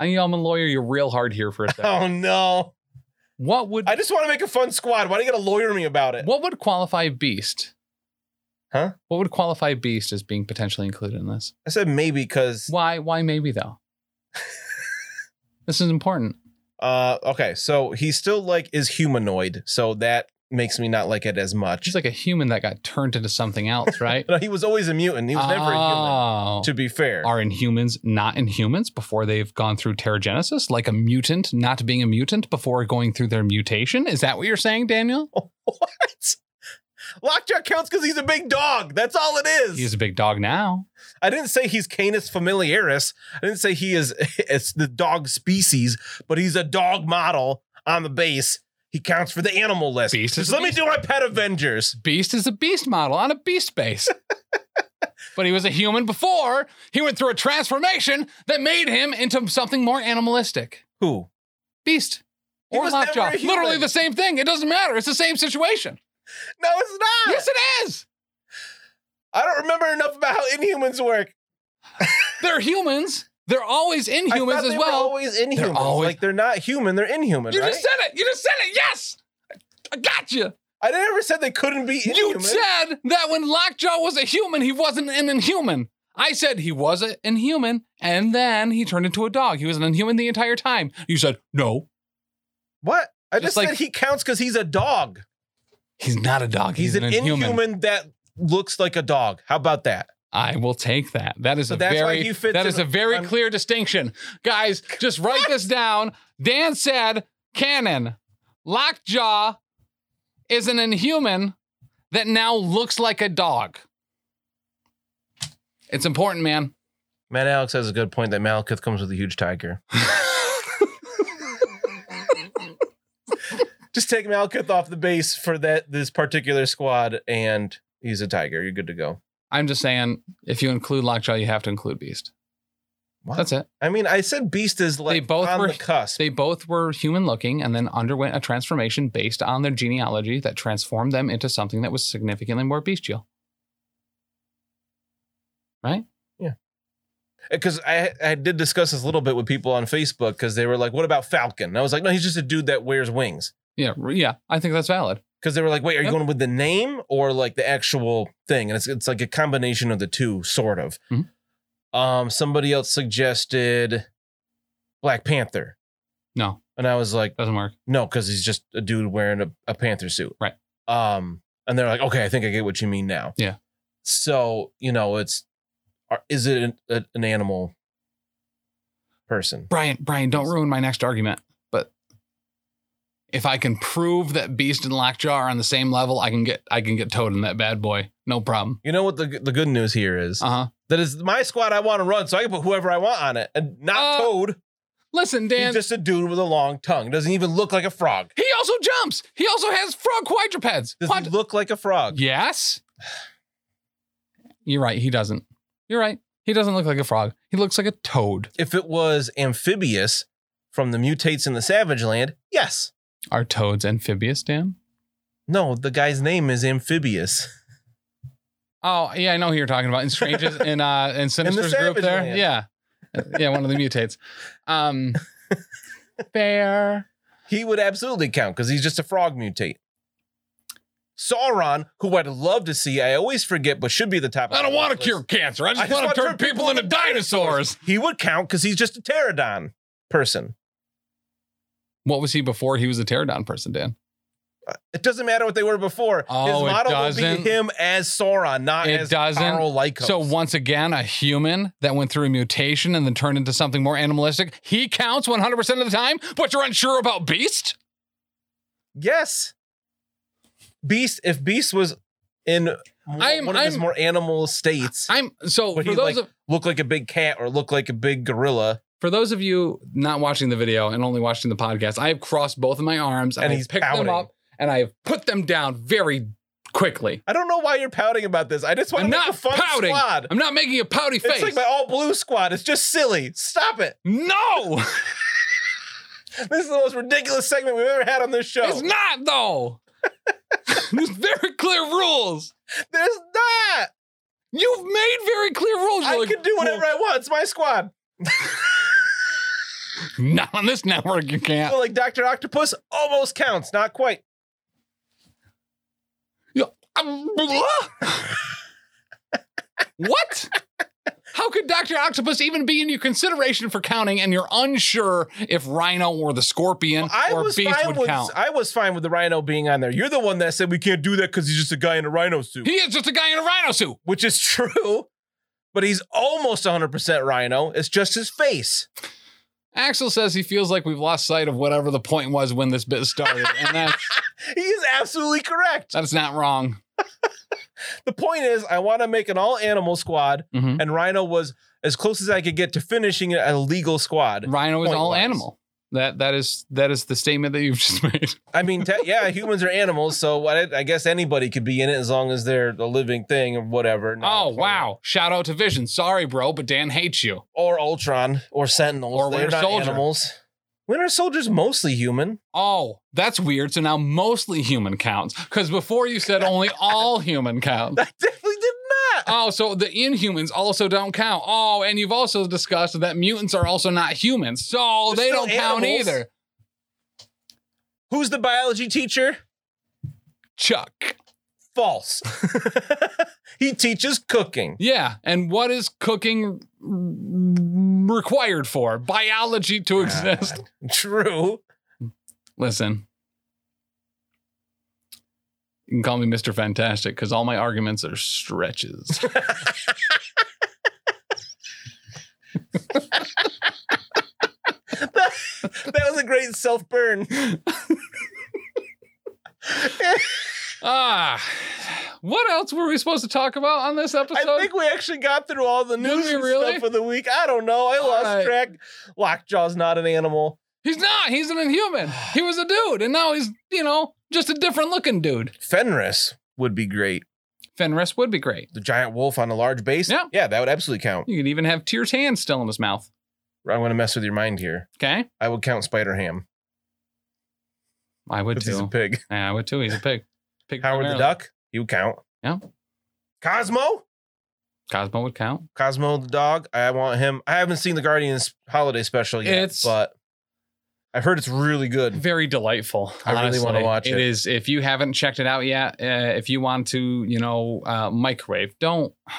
Speaker 1: I know I'm a lawyer. You're real hard here for a second.
Speaker 2: Oh no.
Speaker 1: What would
Speaker 2: I just want to make a fun squad. Why do you got to lawyer me about it?
Speaker 1: what would qualify Beast?
Speaker 2: Huh?
Speaker 1: What would qualify Beast as being potentially included in this?
Speaker 2: I said maybe cuz
Speaker 1: Why? Why maybe though? this is important.
Speaker 2: uh okay, so he still like is humanoid, so that makes me not like it as much.
Speaker 1: She's like a human that got turned into something else, right?
Speaker 2: No, he was always a mutant. He was never a human.
Speaker 1: Oh.
Speaker 2: To be fair,
Speaker 1: Are inhumans not inhumans before they've gone through pterogenesis? Like a mutant not being a mutant before going through their mutation? Is that what you're saying, Daniel?
Speaker 2: Lockjaw counts because he's a big dog. That's all it is.
Speaker 1: He's a big dog now.
Speaker 2: I didn't say he's Canis familiaris. I didn't say he is it's the dog species, but he's a dog model on the base. He counts for the animal list.
Speaker 1: Beast is
Speaker 2: So
Speaker 1: a
Speaker 2: let me
Speaker 1: beast.
Speaker 2: do my pet Avengers.
Speaker 1: Beast is a beast model on a beast base. but he was a human before. He went through a transformation that made him into something more animalistic.
Speaker 2: Who?
Speaker 1: Beast.
Speaker 2: He
Speaker 1: Or
Speaker 2: was never
Speaker 1: Lockjaw.
Speaker 2: a human.
Speaker 1: Literally the same thing. It doesn't matter. It's the same situation.
Speaker 2: No, it's not.
Speaker 1: Yes, it is.
Speaker 2: I don't remember enough about how Inhumans work.
Speaker 1: They're humans. They're always
Speaker 2: I
Speaker 1: inhumans
Speaker 2: thought
Speaker 1: as
Speaker 2: they
Speaker 1: well.
Speaker 2: Were always Inhumans.
Speaker 1: always-
Speaker 2: Like they're not human. They're Inhuman.
Speaker 1: You
Speaker 2: right?
Speaker 1: just said it. You just said it. Yes. I got you.
Speaker 2: I never said they couldn't be
Speaker 1: You
Speaker 2: Inhuman.
Speaker 1: said that when Lockjaw was a human, he wasn't an inhuman. I said he was an inhuman, and then he turned into a dog. He was an inhuman the entire time. You said, no,
Speaker 2: what? I
Speaker 1: Just
Speaker 2: just,
Speaker 1: like-
Speaker 2: said he counts because he's a dog.
Speaker 1: he's not a dog.
Speaker 2: He's,
Speaker 1: He's,
Speaker 2: an, inhuman. that looks like a dog. How about that?
Speaker 1: I will take that. That is
Speaker 2: So
Speaker 1: a
Speaker 2: that's why
Speaker 1: very
Speaker 2: he fits
Speaker 1: that
Speaker 2: in-
Speaker 1: is a very
Speaker 2: I'm-
Speaker 1: clear distinction. Guys, just write this down. Dan said canon. Lockjaw is an inhuman that now looks like a dog. It's important, man.
Speaker 2: Man, Alex has a good point that Malekith comes with a huge tiger. Just take Malekith off the base for that this particular squad, and he's a tiger. You're good to go.
Speaker 1: I'm just saying, if you include Lockjaw, you have to include Beast.
Speaker 2: What?
Speaker 1: That's it.
Speaker 2: I mean, I said Beast is like
Speaker 1: They both
Speaker 2: on
Speaker 1: were-
Speaker 2: the cusp.
Speaker 1: They both were human looking and then underwent a transformation based on their genealogy that transformed them into something that was significantly more bestial.
Speaker 2: Because I I did discuss this a little bit with people on Facebook because they were like, "What about Falcon?" And I was like, "No, he's just a dude that wears wings."
Speaker 1: Yeah, r- yeah, I think that's valid.
Speaker 2: Because they were like, "Wait, are you
Speaker 1: Yep.
Speaker 2: going with the name or like the actual thing?" And it's it's like a combination of the two, sort of.
Speaker 1: Mhm.
Speaker 2: Um, somebody else suggested Black Panther,
Speaker 1: No,
Speaker 2: and I was like.
Speaker 1: doesn't work.
Speaker 2: No, because he's just a dude wearing a, a panther suit.
Speaker 1: Right.
Speaker 2: Um, and they're like, okay, I think I get what you mean now.
Speaker 1: Yeah.
Speaker 2: So, you know, it's are, is it an, a, an animal person?
Speaker 1: Brian, Brian, don't ruin my next argument. But if I can prove that Beast and Lockjaw are on the same level, I can get I can get Toad in that bad boy. No problem.
Speaker 2: You know what the the good news here is?
Speaker 1: Uh huh.
Speaker 2: that is my squad I want to run, so I can put whoever I want on it. And not
Speaker 1: Uh,
Speaker 2: Toad.
Speaker 1: Listen,
Speaker 2: he's
Speaker 1: Dan.
Speaker 2: just a dude with a long tongue. Doesn't even look like a frog.
Speaker 1: he also jumps. He also has frog quadrupeds.
Speaker 2: Does
Speaker 1: Quad-
Speaker 2: he look like a frog?
Speaker 1: Yes. You're right. He doesn't. You're right. He doesn't look like a frog. He looks like a toad.
Speaker 2: If it was amphibious from the mutates in the Savage Land, yes.
Speaker 1: Are toads amphibious, Dan?
Speaker 2: No, the guy's name is amphibious.
Speaker 1: Oh yeah, I know who you're talking about. In Strange's in uh in Sinister's group
Speaker 2: Savage
Speaker 1: there.
Speaker 2: Land.
Speaker 1: Yeah. Uh, Yeah, one of the mutates. Um fair.
Speaker 2: He would absolutely count because he's just a frog mutate. Sauron, who I'd love to see, I always forget, but should be the top.
Speaker 3: I
Speaker 2: of
Speaker 3: don't
Speaker 2: my
Speaker 3: want to
Speaker 2: list.
Speaker 3: cure cancer. I just,
Speaker 2: I just
Speaker 3: want
Speaker 2: wanna
Speaker 3: to turn
Speaker 2: turn
Speaker 3: people into dinosaurs.
Speaker 2: He would count because he's just a pterodon person.
Speaker 1: What was he before he was a teardown person, Dan?
Speaker 2: It doesn't matter what they were before.
Speaker 1: Oh, it
Speaker 2: His model will
Speaker 1: doesn't?
Speaker 2: be him as Sauron, not
Speaker 1: It
Speaker 2: as
Speaker 1: doesn't?
Speaker 2: Carl Lycos.
Speaker 1: So once again, a human that went through a mutation and then turned into something more animalistic, he counts 100% of the time, but you're unsure about Beast?
Speaker 2: Yes. Beast, if Beast was in more,
Speaker 1: I'm-
Speaker 2: one of his
Speaker 1: I'm-
Speaker 2: more animal states,
Speaker 1: I'm so
Speaker 2: But
Speaker 1: for
Speaker 2: he,
Speaker 1: those
Speaker 2: like-
Speaker 1: of
Speaker 2: look like a big cat or look like a big gorilla.
Speaker 1: for those of you not watching the video and only watching the podcast, I have crossed both of my arms
Speaker 2: And
Speaker 1: I have
Speaker 2: he's
Speaker 1: picked
Speaker 2: pouting.
Speaker 1: them up and I have put them down very quickly.
Speaker 2: I don't know why you're pouting about this. I just want
Speaker 1: I'm
Speaker 2: to make a
Speaker 1: not
Speaker 2: fun
Speaker 1: pouting.
Speaker 2: squad.
Speaker 1: I'm not making a pouty
Speaker 2: it's
Speaker 1: face.
Speaker 2: like my all blue squad. It's just silly. Stop it.
Speaker 1: no,
Speaker 2: This is the most ridiculous segment we've ever had on this show.
Speaker 1: it's not though. There's very clear rules.
Speaker 2: There's not.
Speaker 1: You've made very clear rules. You're
Speaker 2: I
Speaker 1: like,
Speaker 2: can do whatever I want. It's my squad.
Speaker 1: "Well, not on this network. You can't.
Speaker 2: Well, like Doctor Octopus almost counts, not quite.
Speaker 1: what? How could Dr. Octopus even be in your consideration for counting and you're unsure if Rhino or the Scorpion
Speaker 2: I
Speaker 1: or
Speaker 2: was
Speaker 1: Beast
Speaker 2: fine
Speaker 1: would
Speaker 2: with
Speaker 1: count?
Speaker 2: I was fine with the Rhino being on there. You're the one that said we can't do that because he's just a guy in a Rhino suit,
Speaker 1: He is just a guy in a rhino suit.
Speaker 2: which is true. But he's almost 100% Rhino. It's just his face.
Speaker 1: Axel says he feels like we've lost sight of whatever the point was when this bit started, and that's
Speaker 2: He is absolutely correct.
Speaker 1: that's not wrong.
Speaker 2: The point is, I want to make an all animal squad,
Speaker 1: Mhm.
Speaker 2: and Rhino was as close as I could get to finishing a legal squad.
Speaker 1: Rhino is
Speaker 2: Point
Speaker 1: all
Speaker 2: wise.
Speaker 1: animal. That that is that is the statement that you've just made.
Speaker 2: I mean, te- yeah, humans are animals, so I, I guess anybody could be in it as long as they're a living thing or whatever. not
Speaker 1: Oh
Speaker 2: a-
Speaker 1: wow! Shout out to Vision. Sorry, bro, but Dan hates you.
Speaker 2: Or Ultron or Sentinels.
Speaker 1: Or
Speaker 2: They're
Speaker 1: Winter
Speaker 2: not
Speaker 1: Soldier.
Speaker 2: Animals. Winter Soldier's mostly human.
Speaker 1: Oh, that's weird. So now mostly human counts because before you said only all human counts.
Speaker 2: I definitely did not.
Speaker 1: Oh, so the inhumans also don't count. Oh, and you've also discussed that mutants are also not humans, so
Speaker 2: They're
Speaker 1: they
Speaker 2: still
Speaker 1: don't count
Speaker 2: animals.
Speaker 1: either. Oh.
Speaker 2: Who's the biology teacher?
Speaker 1: Chuck.
Speaker 2: False. he teaches cooking.
Speaker 1: Yeah, and what is cooking r- required for biology to
Speaker 2: Ah.
Speaker 1: exist?
Speaker 2: True.
Speaker 1: Listen, you can call me Mister Fantastic because all my arguments are stretches.
Speaker 2: that was a great self burn.
Speaker 1: ah, what else were we supposed to talk about on this episode?
Speaker 2: I think we actually got through all the news
Speaker 1: we
Speaker 2: and
Speaker 1: really?
Speaker 2: stuff of the week. I don't know. I
Speaker 1: All
Speaker 2: lost
Speaker 1: right.
Speaker 2: track. Lockjaw's not an animal.
Speaker 1: He's not. He's an inhuman. He was a dude, and now he's, you know, just a different looking dude.
Speaker 2: Fenris would be great.
Speaker 1: Fenris would be great.
Speaker 2: The giant wolf on a large base.
Speaker 1: Yeah.
Speaker 2: Yeah, that would absolutely count.
Speaker 1: You could even have Tyr's hand still in his mouth.
Speaker 2: I'm going to mess with your mind here.
Speaker 1: Okay?
Speaker 2: I would count Spider Ham
Speaker 1: I would
Speaker 2: because he's a
Speaker 1: too.
Speaker 2: pig.
Speaker 1: Yeah, I would too. He's a pig. pig
Speaker 2: Howard the
Speaker 1: primarily.
Speaker 2: Duck, he would count.
Speaker 1: Yeah.
Speaker 2: Cosmo?
Speaker 1: Cosmo would count.
Speaker 2: Cosmo the dog. I want him. I haven't seen the Guardians holiday special yet,
Speaker 1: It's-
Speaker 2: but I've heard it's really good.
Speaker 1: Very delightful.
Speaker 2: I really
Speaker 1: honestly.
Speaker 2: wanna watch it.
Speaker 1: It is. If you haven't checked it out yet, uh, if you want to, you know, uh, microwave, don't.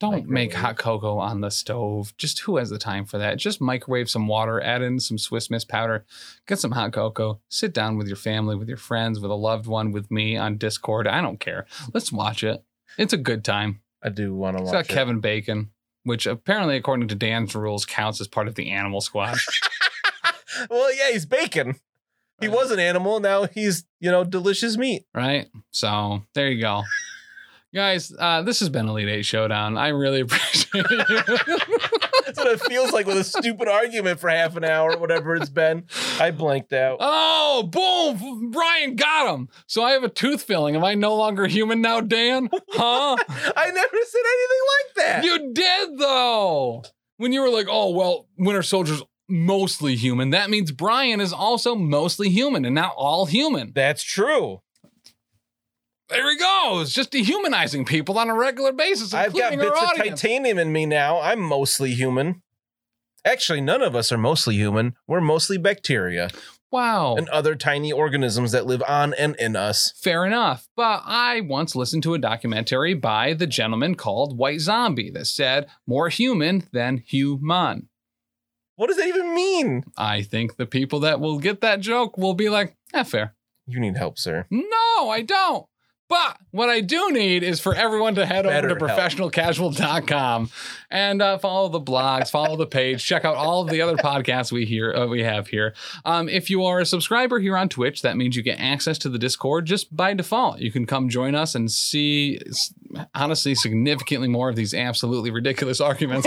Speaker 1: Don't make
Speaker 2: Microwave.
Speaker 1: hot cocoa on the stove. Just who has the time for that? Just microwave some water, add in some Swiss Miss powder, get some hot cocoa, sit down with your family, with your friends, with a loved one, with me on Discord. I don't care. Let's watch it. It's a good time.
Speaker 2: I do want to
Speaker 1: It's
Speaker 2: watch
Speaker 1: got
Speaker 2: it.
Speaker 1: Kevin Bacon, which apparently, according to Dan's rules, counts as part of the animal squad.
Speaker 2: well, yeah, he's bacon. He
Speaker 1: Right.
Speaker 2: was an animal. Now he's, you know, delicious meat.
Speaker 1: right? So there you go. Guys, uh, this has been Elite Eight Showdown. I really appreciate you.
Speaker 2: That's what it feels like with a stupid argument for half an hour, whatever it's been. I blanked out.
Speaker 1: oh, boom! Brian got him. So I have a tooth filling. Am I no longer human now, Dan? Huh?
Speaker 2: I never said anything like that.
Speaker 1: you did though. When you were like, "Oh well, Winter Soldier's mostly human," that means Brian is also mostly human, and now all human.
Speaker 2: That's true.
Speaker 1: There he goes, just dehumanizing people on a regular basis,
Speaker 2: I've got
Speaker 1: including our
Speaker 2: bits of
Speaker 1: audience.
Speaker 2: titanium in me now. I'm mostly human. Actually, none of us are mostly human. We're mostly bacteria.
Speaker 1: Wow.
Speaker 2: and other tiny organisms that live on and in us.
Speaker 1: Fair enough. But I once listened to a documentary by the gentleman called White Zombie that said more human than human.
Speaker 2: What does that even mean?
Speaker 1: I think the people that will get that joke will be like, eh, fair.
Speaker 2: You need help, sir.
Speaker 1: No, I don't. But what I do need is for everyone to head over to
Speaker 2: BetterHelp.
Speaker 1: professionalcasual.com and uh, follow the blogs, follow the page, check out all of the other podcasts we hear uh, we have here. Um, if you are a subscriber here on Twitch, that means you get access to the Discord just by default. You can come join us and see, s- honestly, significantly more of these absolutely ridiculous arguments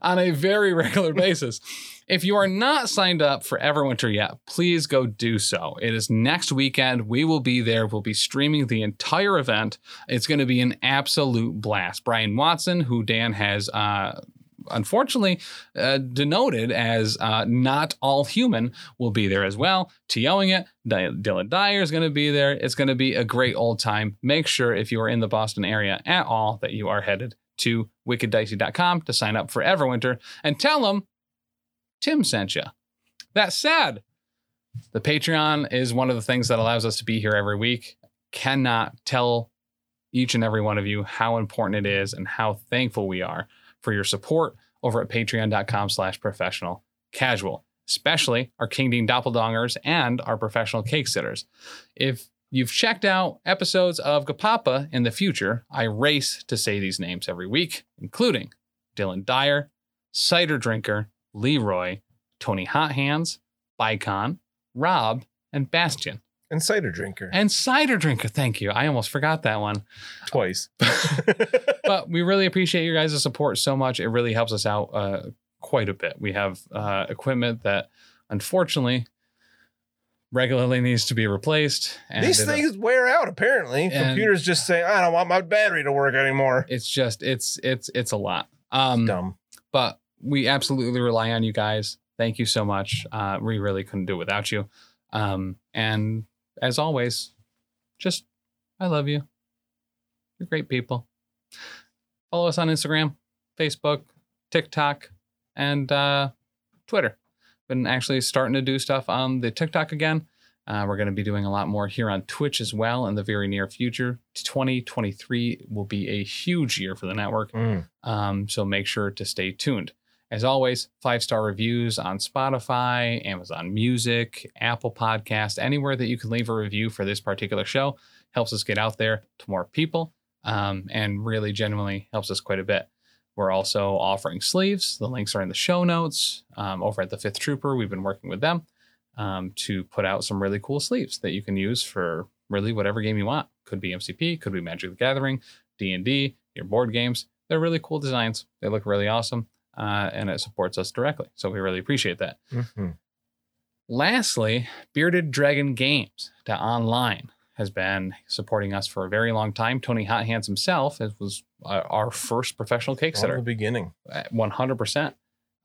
Speaker 1: on a very regular basis. If you are not signed up for Everwinter yet, please go do so. It is next weekend. We will be there. We'll be streaming the entire event. It's going to be an absolute blast. Brian Watson, who Dan has uh, unfortunately uh, denoted as uh, not all human, will be there as well, TOing it. Dy- Dylan Dyer is going to be there. It's going to be a great old time. Make sure if you are in the Boston area at all that you are headed to wickeddicey.com to sign up for Everwinter and tell them Tim sent you. That said, the Patreon is one of the things that allows us to be here every week. Cannot tell each and every one of you how important it is and how thankful we are for your support over at patreon.com slash professional casual, especially our King Dean Doppeldongers and our professional cake sitters. If you've checked out episodes of Gapapa in the future, I race to say these names every week, including Dylan Dyer, Cider Drinker, Leroy, Tony Hot Hands, Bicon, Rob, and Bastion.
Speaker 2: And cider drinker
Speaker 1: And Cider Drinker, thank you. I almost forgot that one
Speaker 2: twice.
Speaker 1: but we really appreciate your guys' support so much. It really helps us out uh, quite a bit. We have uh, equipment that unfortunately regularly needs to be replaced. And
Speaker 2: These
Speaker 1: it- uh,
Speaker 2: things wear out. Apparently,
Speaker 1: And-
Speaker 2: computers just say, "I don't want my battery to work anymore."
Speaker 1: It's just it's it's it's a lot. Um,
Speaker 2: Dumb.
Speaker 1: but we absolutely rely on you guys. Thank you so much. Uh, we really couldn't do it without you. Um, and as always, just I love you. You're great people. Follow us on Instagram, Facebook, TikTok, and uh, Twitter. Been actually starting to do stuff on the TikTok again. Uh, we're going to be doing a lot more here on Twitch as well in the very near future. 2023 will be a huge year for the network.
Speaker 2: Mm.
Speaker 1: Um, so make sure to stay tuned. As always, five star reviews on Spotify, Amazon Music, Apple Podcast, anywhere that you can leave a review for this particular show helps us get out there to more people um, and really genuinely helps us quite a bit. We're also offering sleeves. The links are in the show notes um, over at the Fifth Trooper. We've been working with them um, to put out some really cool sleeves that you can use for really whatever game you want. Could be MCP, could be Magic the Gathering, D and D, your board games. They're really cool designs. They look really awesome, uh, and it supports us directly. So we really appreciate that.
Speaker 2: Mhm.
Speaker 1: Lastly, Bearded Dragon Games to online has been supporting us for a very long time. Tony Hot Hands himself is- was uh, our first professional cake
Speaker 2: From the
Speaker 1: sitter,
Speaker 2: beginning.
Speaker 1: one hundred percent.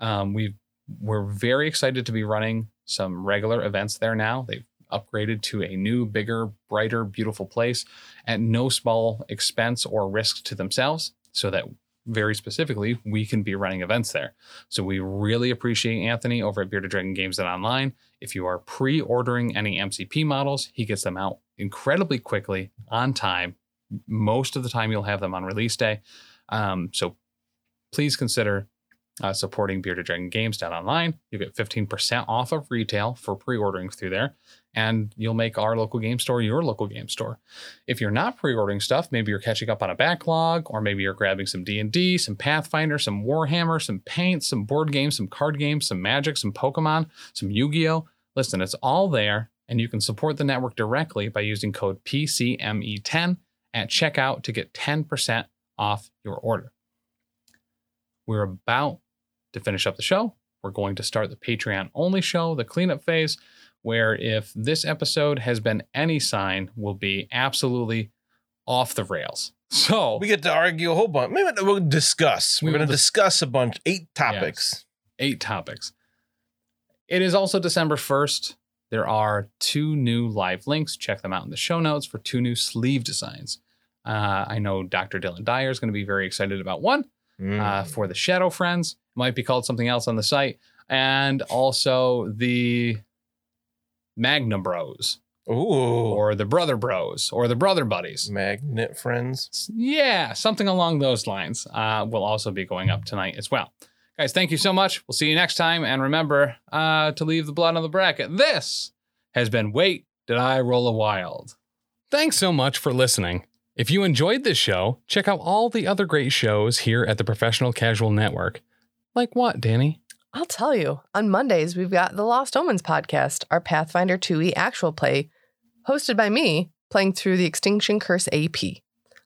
Speaker 1: We we're very excited to be running some regular events there now. They've upgraded to a new, bigger, brighter, beautiful place at no small expense or risk to themselves, so that very specifically we can be running events there. So we really appreciate Anthony over at Bearded Dragon Games and online. If you are pre ordering any MCP models, he gets them out incredibly quickly on time. Most of the time, you'll have them on release day. Um, so please consider uh, supporting Bearded Dragon Games down online. You get 15% off of retail for pre ordering through there, and you'll make our local game store your local game store. If you're not pre ordering stuff, maybe you're catching up on a backlog, or maybe you're grabbing some D&D, some Pathfinder, some Warhammer, some paint, some board games, some card games, some Magic, some Pokemon, some Yu-Gi-Oh. Listen, it's all there, and you can support the network directly by using code PCME10 E at checkout to get 10% off your order. We're about to finish up the show. We're going to start the Patreon only show, the cleanup phase, where if this episode has been any sign, will be absolutely off the rails. So
Speaker 2: We get to argue a whole bunch. Maybe we'll discuss.
Speaker 1: Oh. We
Speaker 2: We're
Speaker 1: will
Speaker 2: going to
Speaker 1: dis- Uh,
Speaker 2: discuss a bunch, eight topics.
Speaker 1: eight topics. It is also December 1st. There are two new live links. Check them out in the show notes for two new sleeve designs. Uh, I know Dr. Dylan Dyer is going to be very excited about one
Speaker 2: Mm.
Speaker 1: uh, for the Shadow Friends. Might be called something else on the site. And also the Magna Bros
Speaker 2: Ooh.
Speaker 1: or the Brother Bros or the Brother Buddies.
Speaker 2: Magnet friends.
Speaker 1: Yeah, something along those lines uh, will also be going up tonight as well. Guys, thank you so much. We'll see you next time. And remember uh, to leave the blood on the bracket. This has been Wait, Did I Roll a Wild? Thanks so much for listening. If you enjoyed this show, check out all the other great shows here at the Professional Casual Network. Like what, Danny?
Speaker 4: I'll tell you, on Mondays, we've got the Lost Omens podcast, our Pathfinder 2e actual play, hosted by me, playing through the Extinction Curse AP.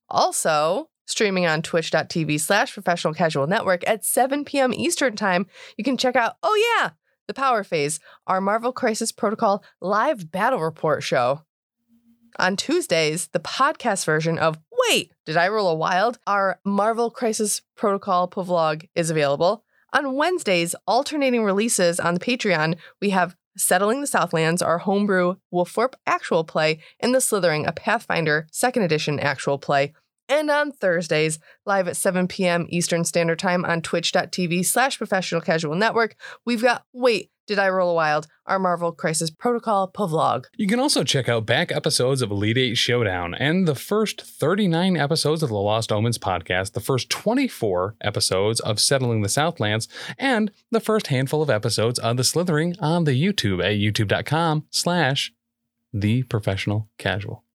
Speaker 4: Also, streaming on twitch.tv slash professional casual network at 7 p.m. Eastern Time, you can check out, oh yeah, The Power Phase, our Marvel Crisis Protocol live battle report show. On Tuesdays, the podcast version of Wait, Did I Roll a Wild? Our Marvel Crisis Protocol Povlog is available. On Wednesdays, alternating releases on the Patreon, we have Settling the Southlands, our homebrew Wolforp actual play, and The Slithering, a Pathfinder second edition actual play. And on Thursdays, live at 7 p.m. Eastern Standard Time on twitch.tv slash professional casual network, we've got Wait, Did I Roll a Wild? Our Marvel Crisis Protocol Povlog.
Speaker 1: You can also check out back episodes of Elite Eight Showdown and the first 39 episodes of the Lost Omens podcast, the first 24 episodes of Settling the Southlands, and the first handful of episodes of The Slithering on the YouTube at youtube.com slash the professional casual.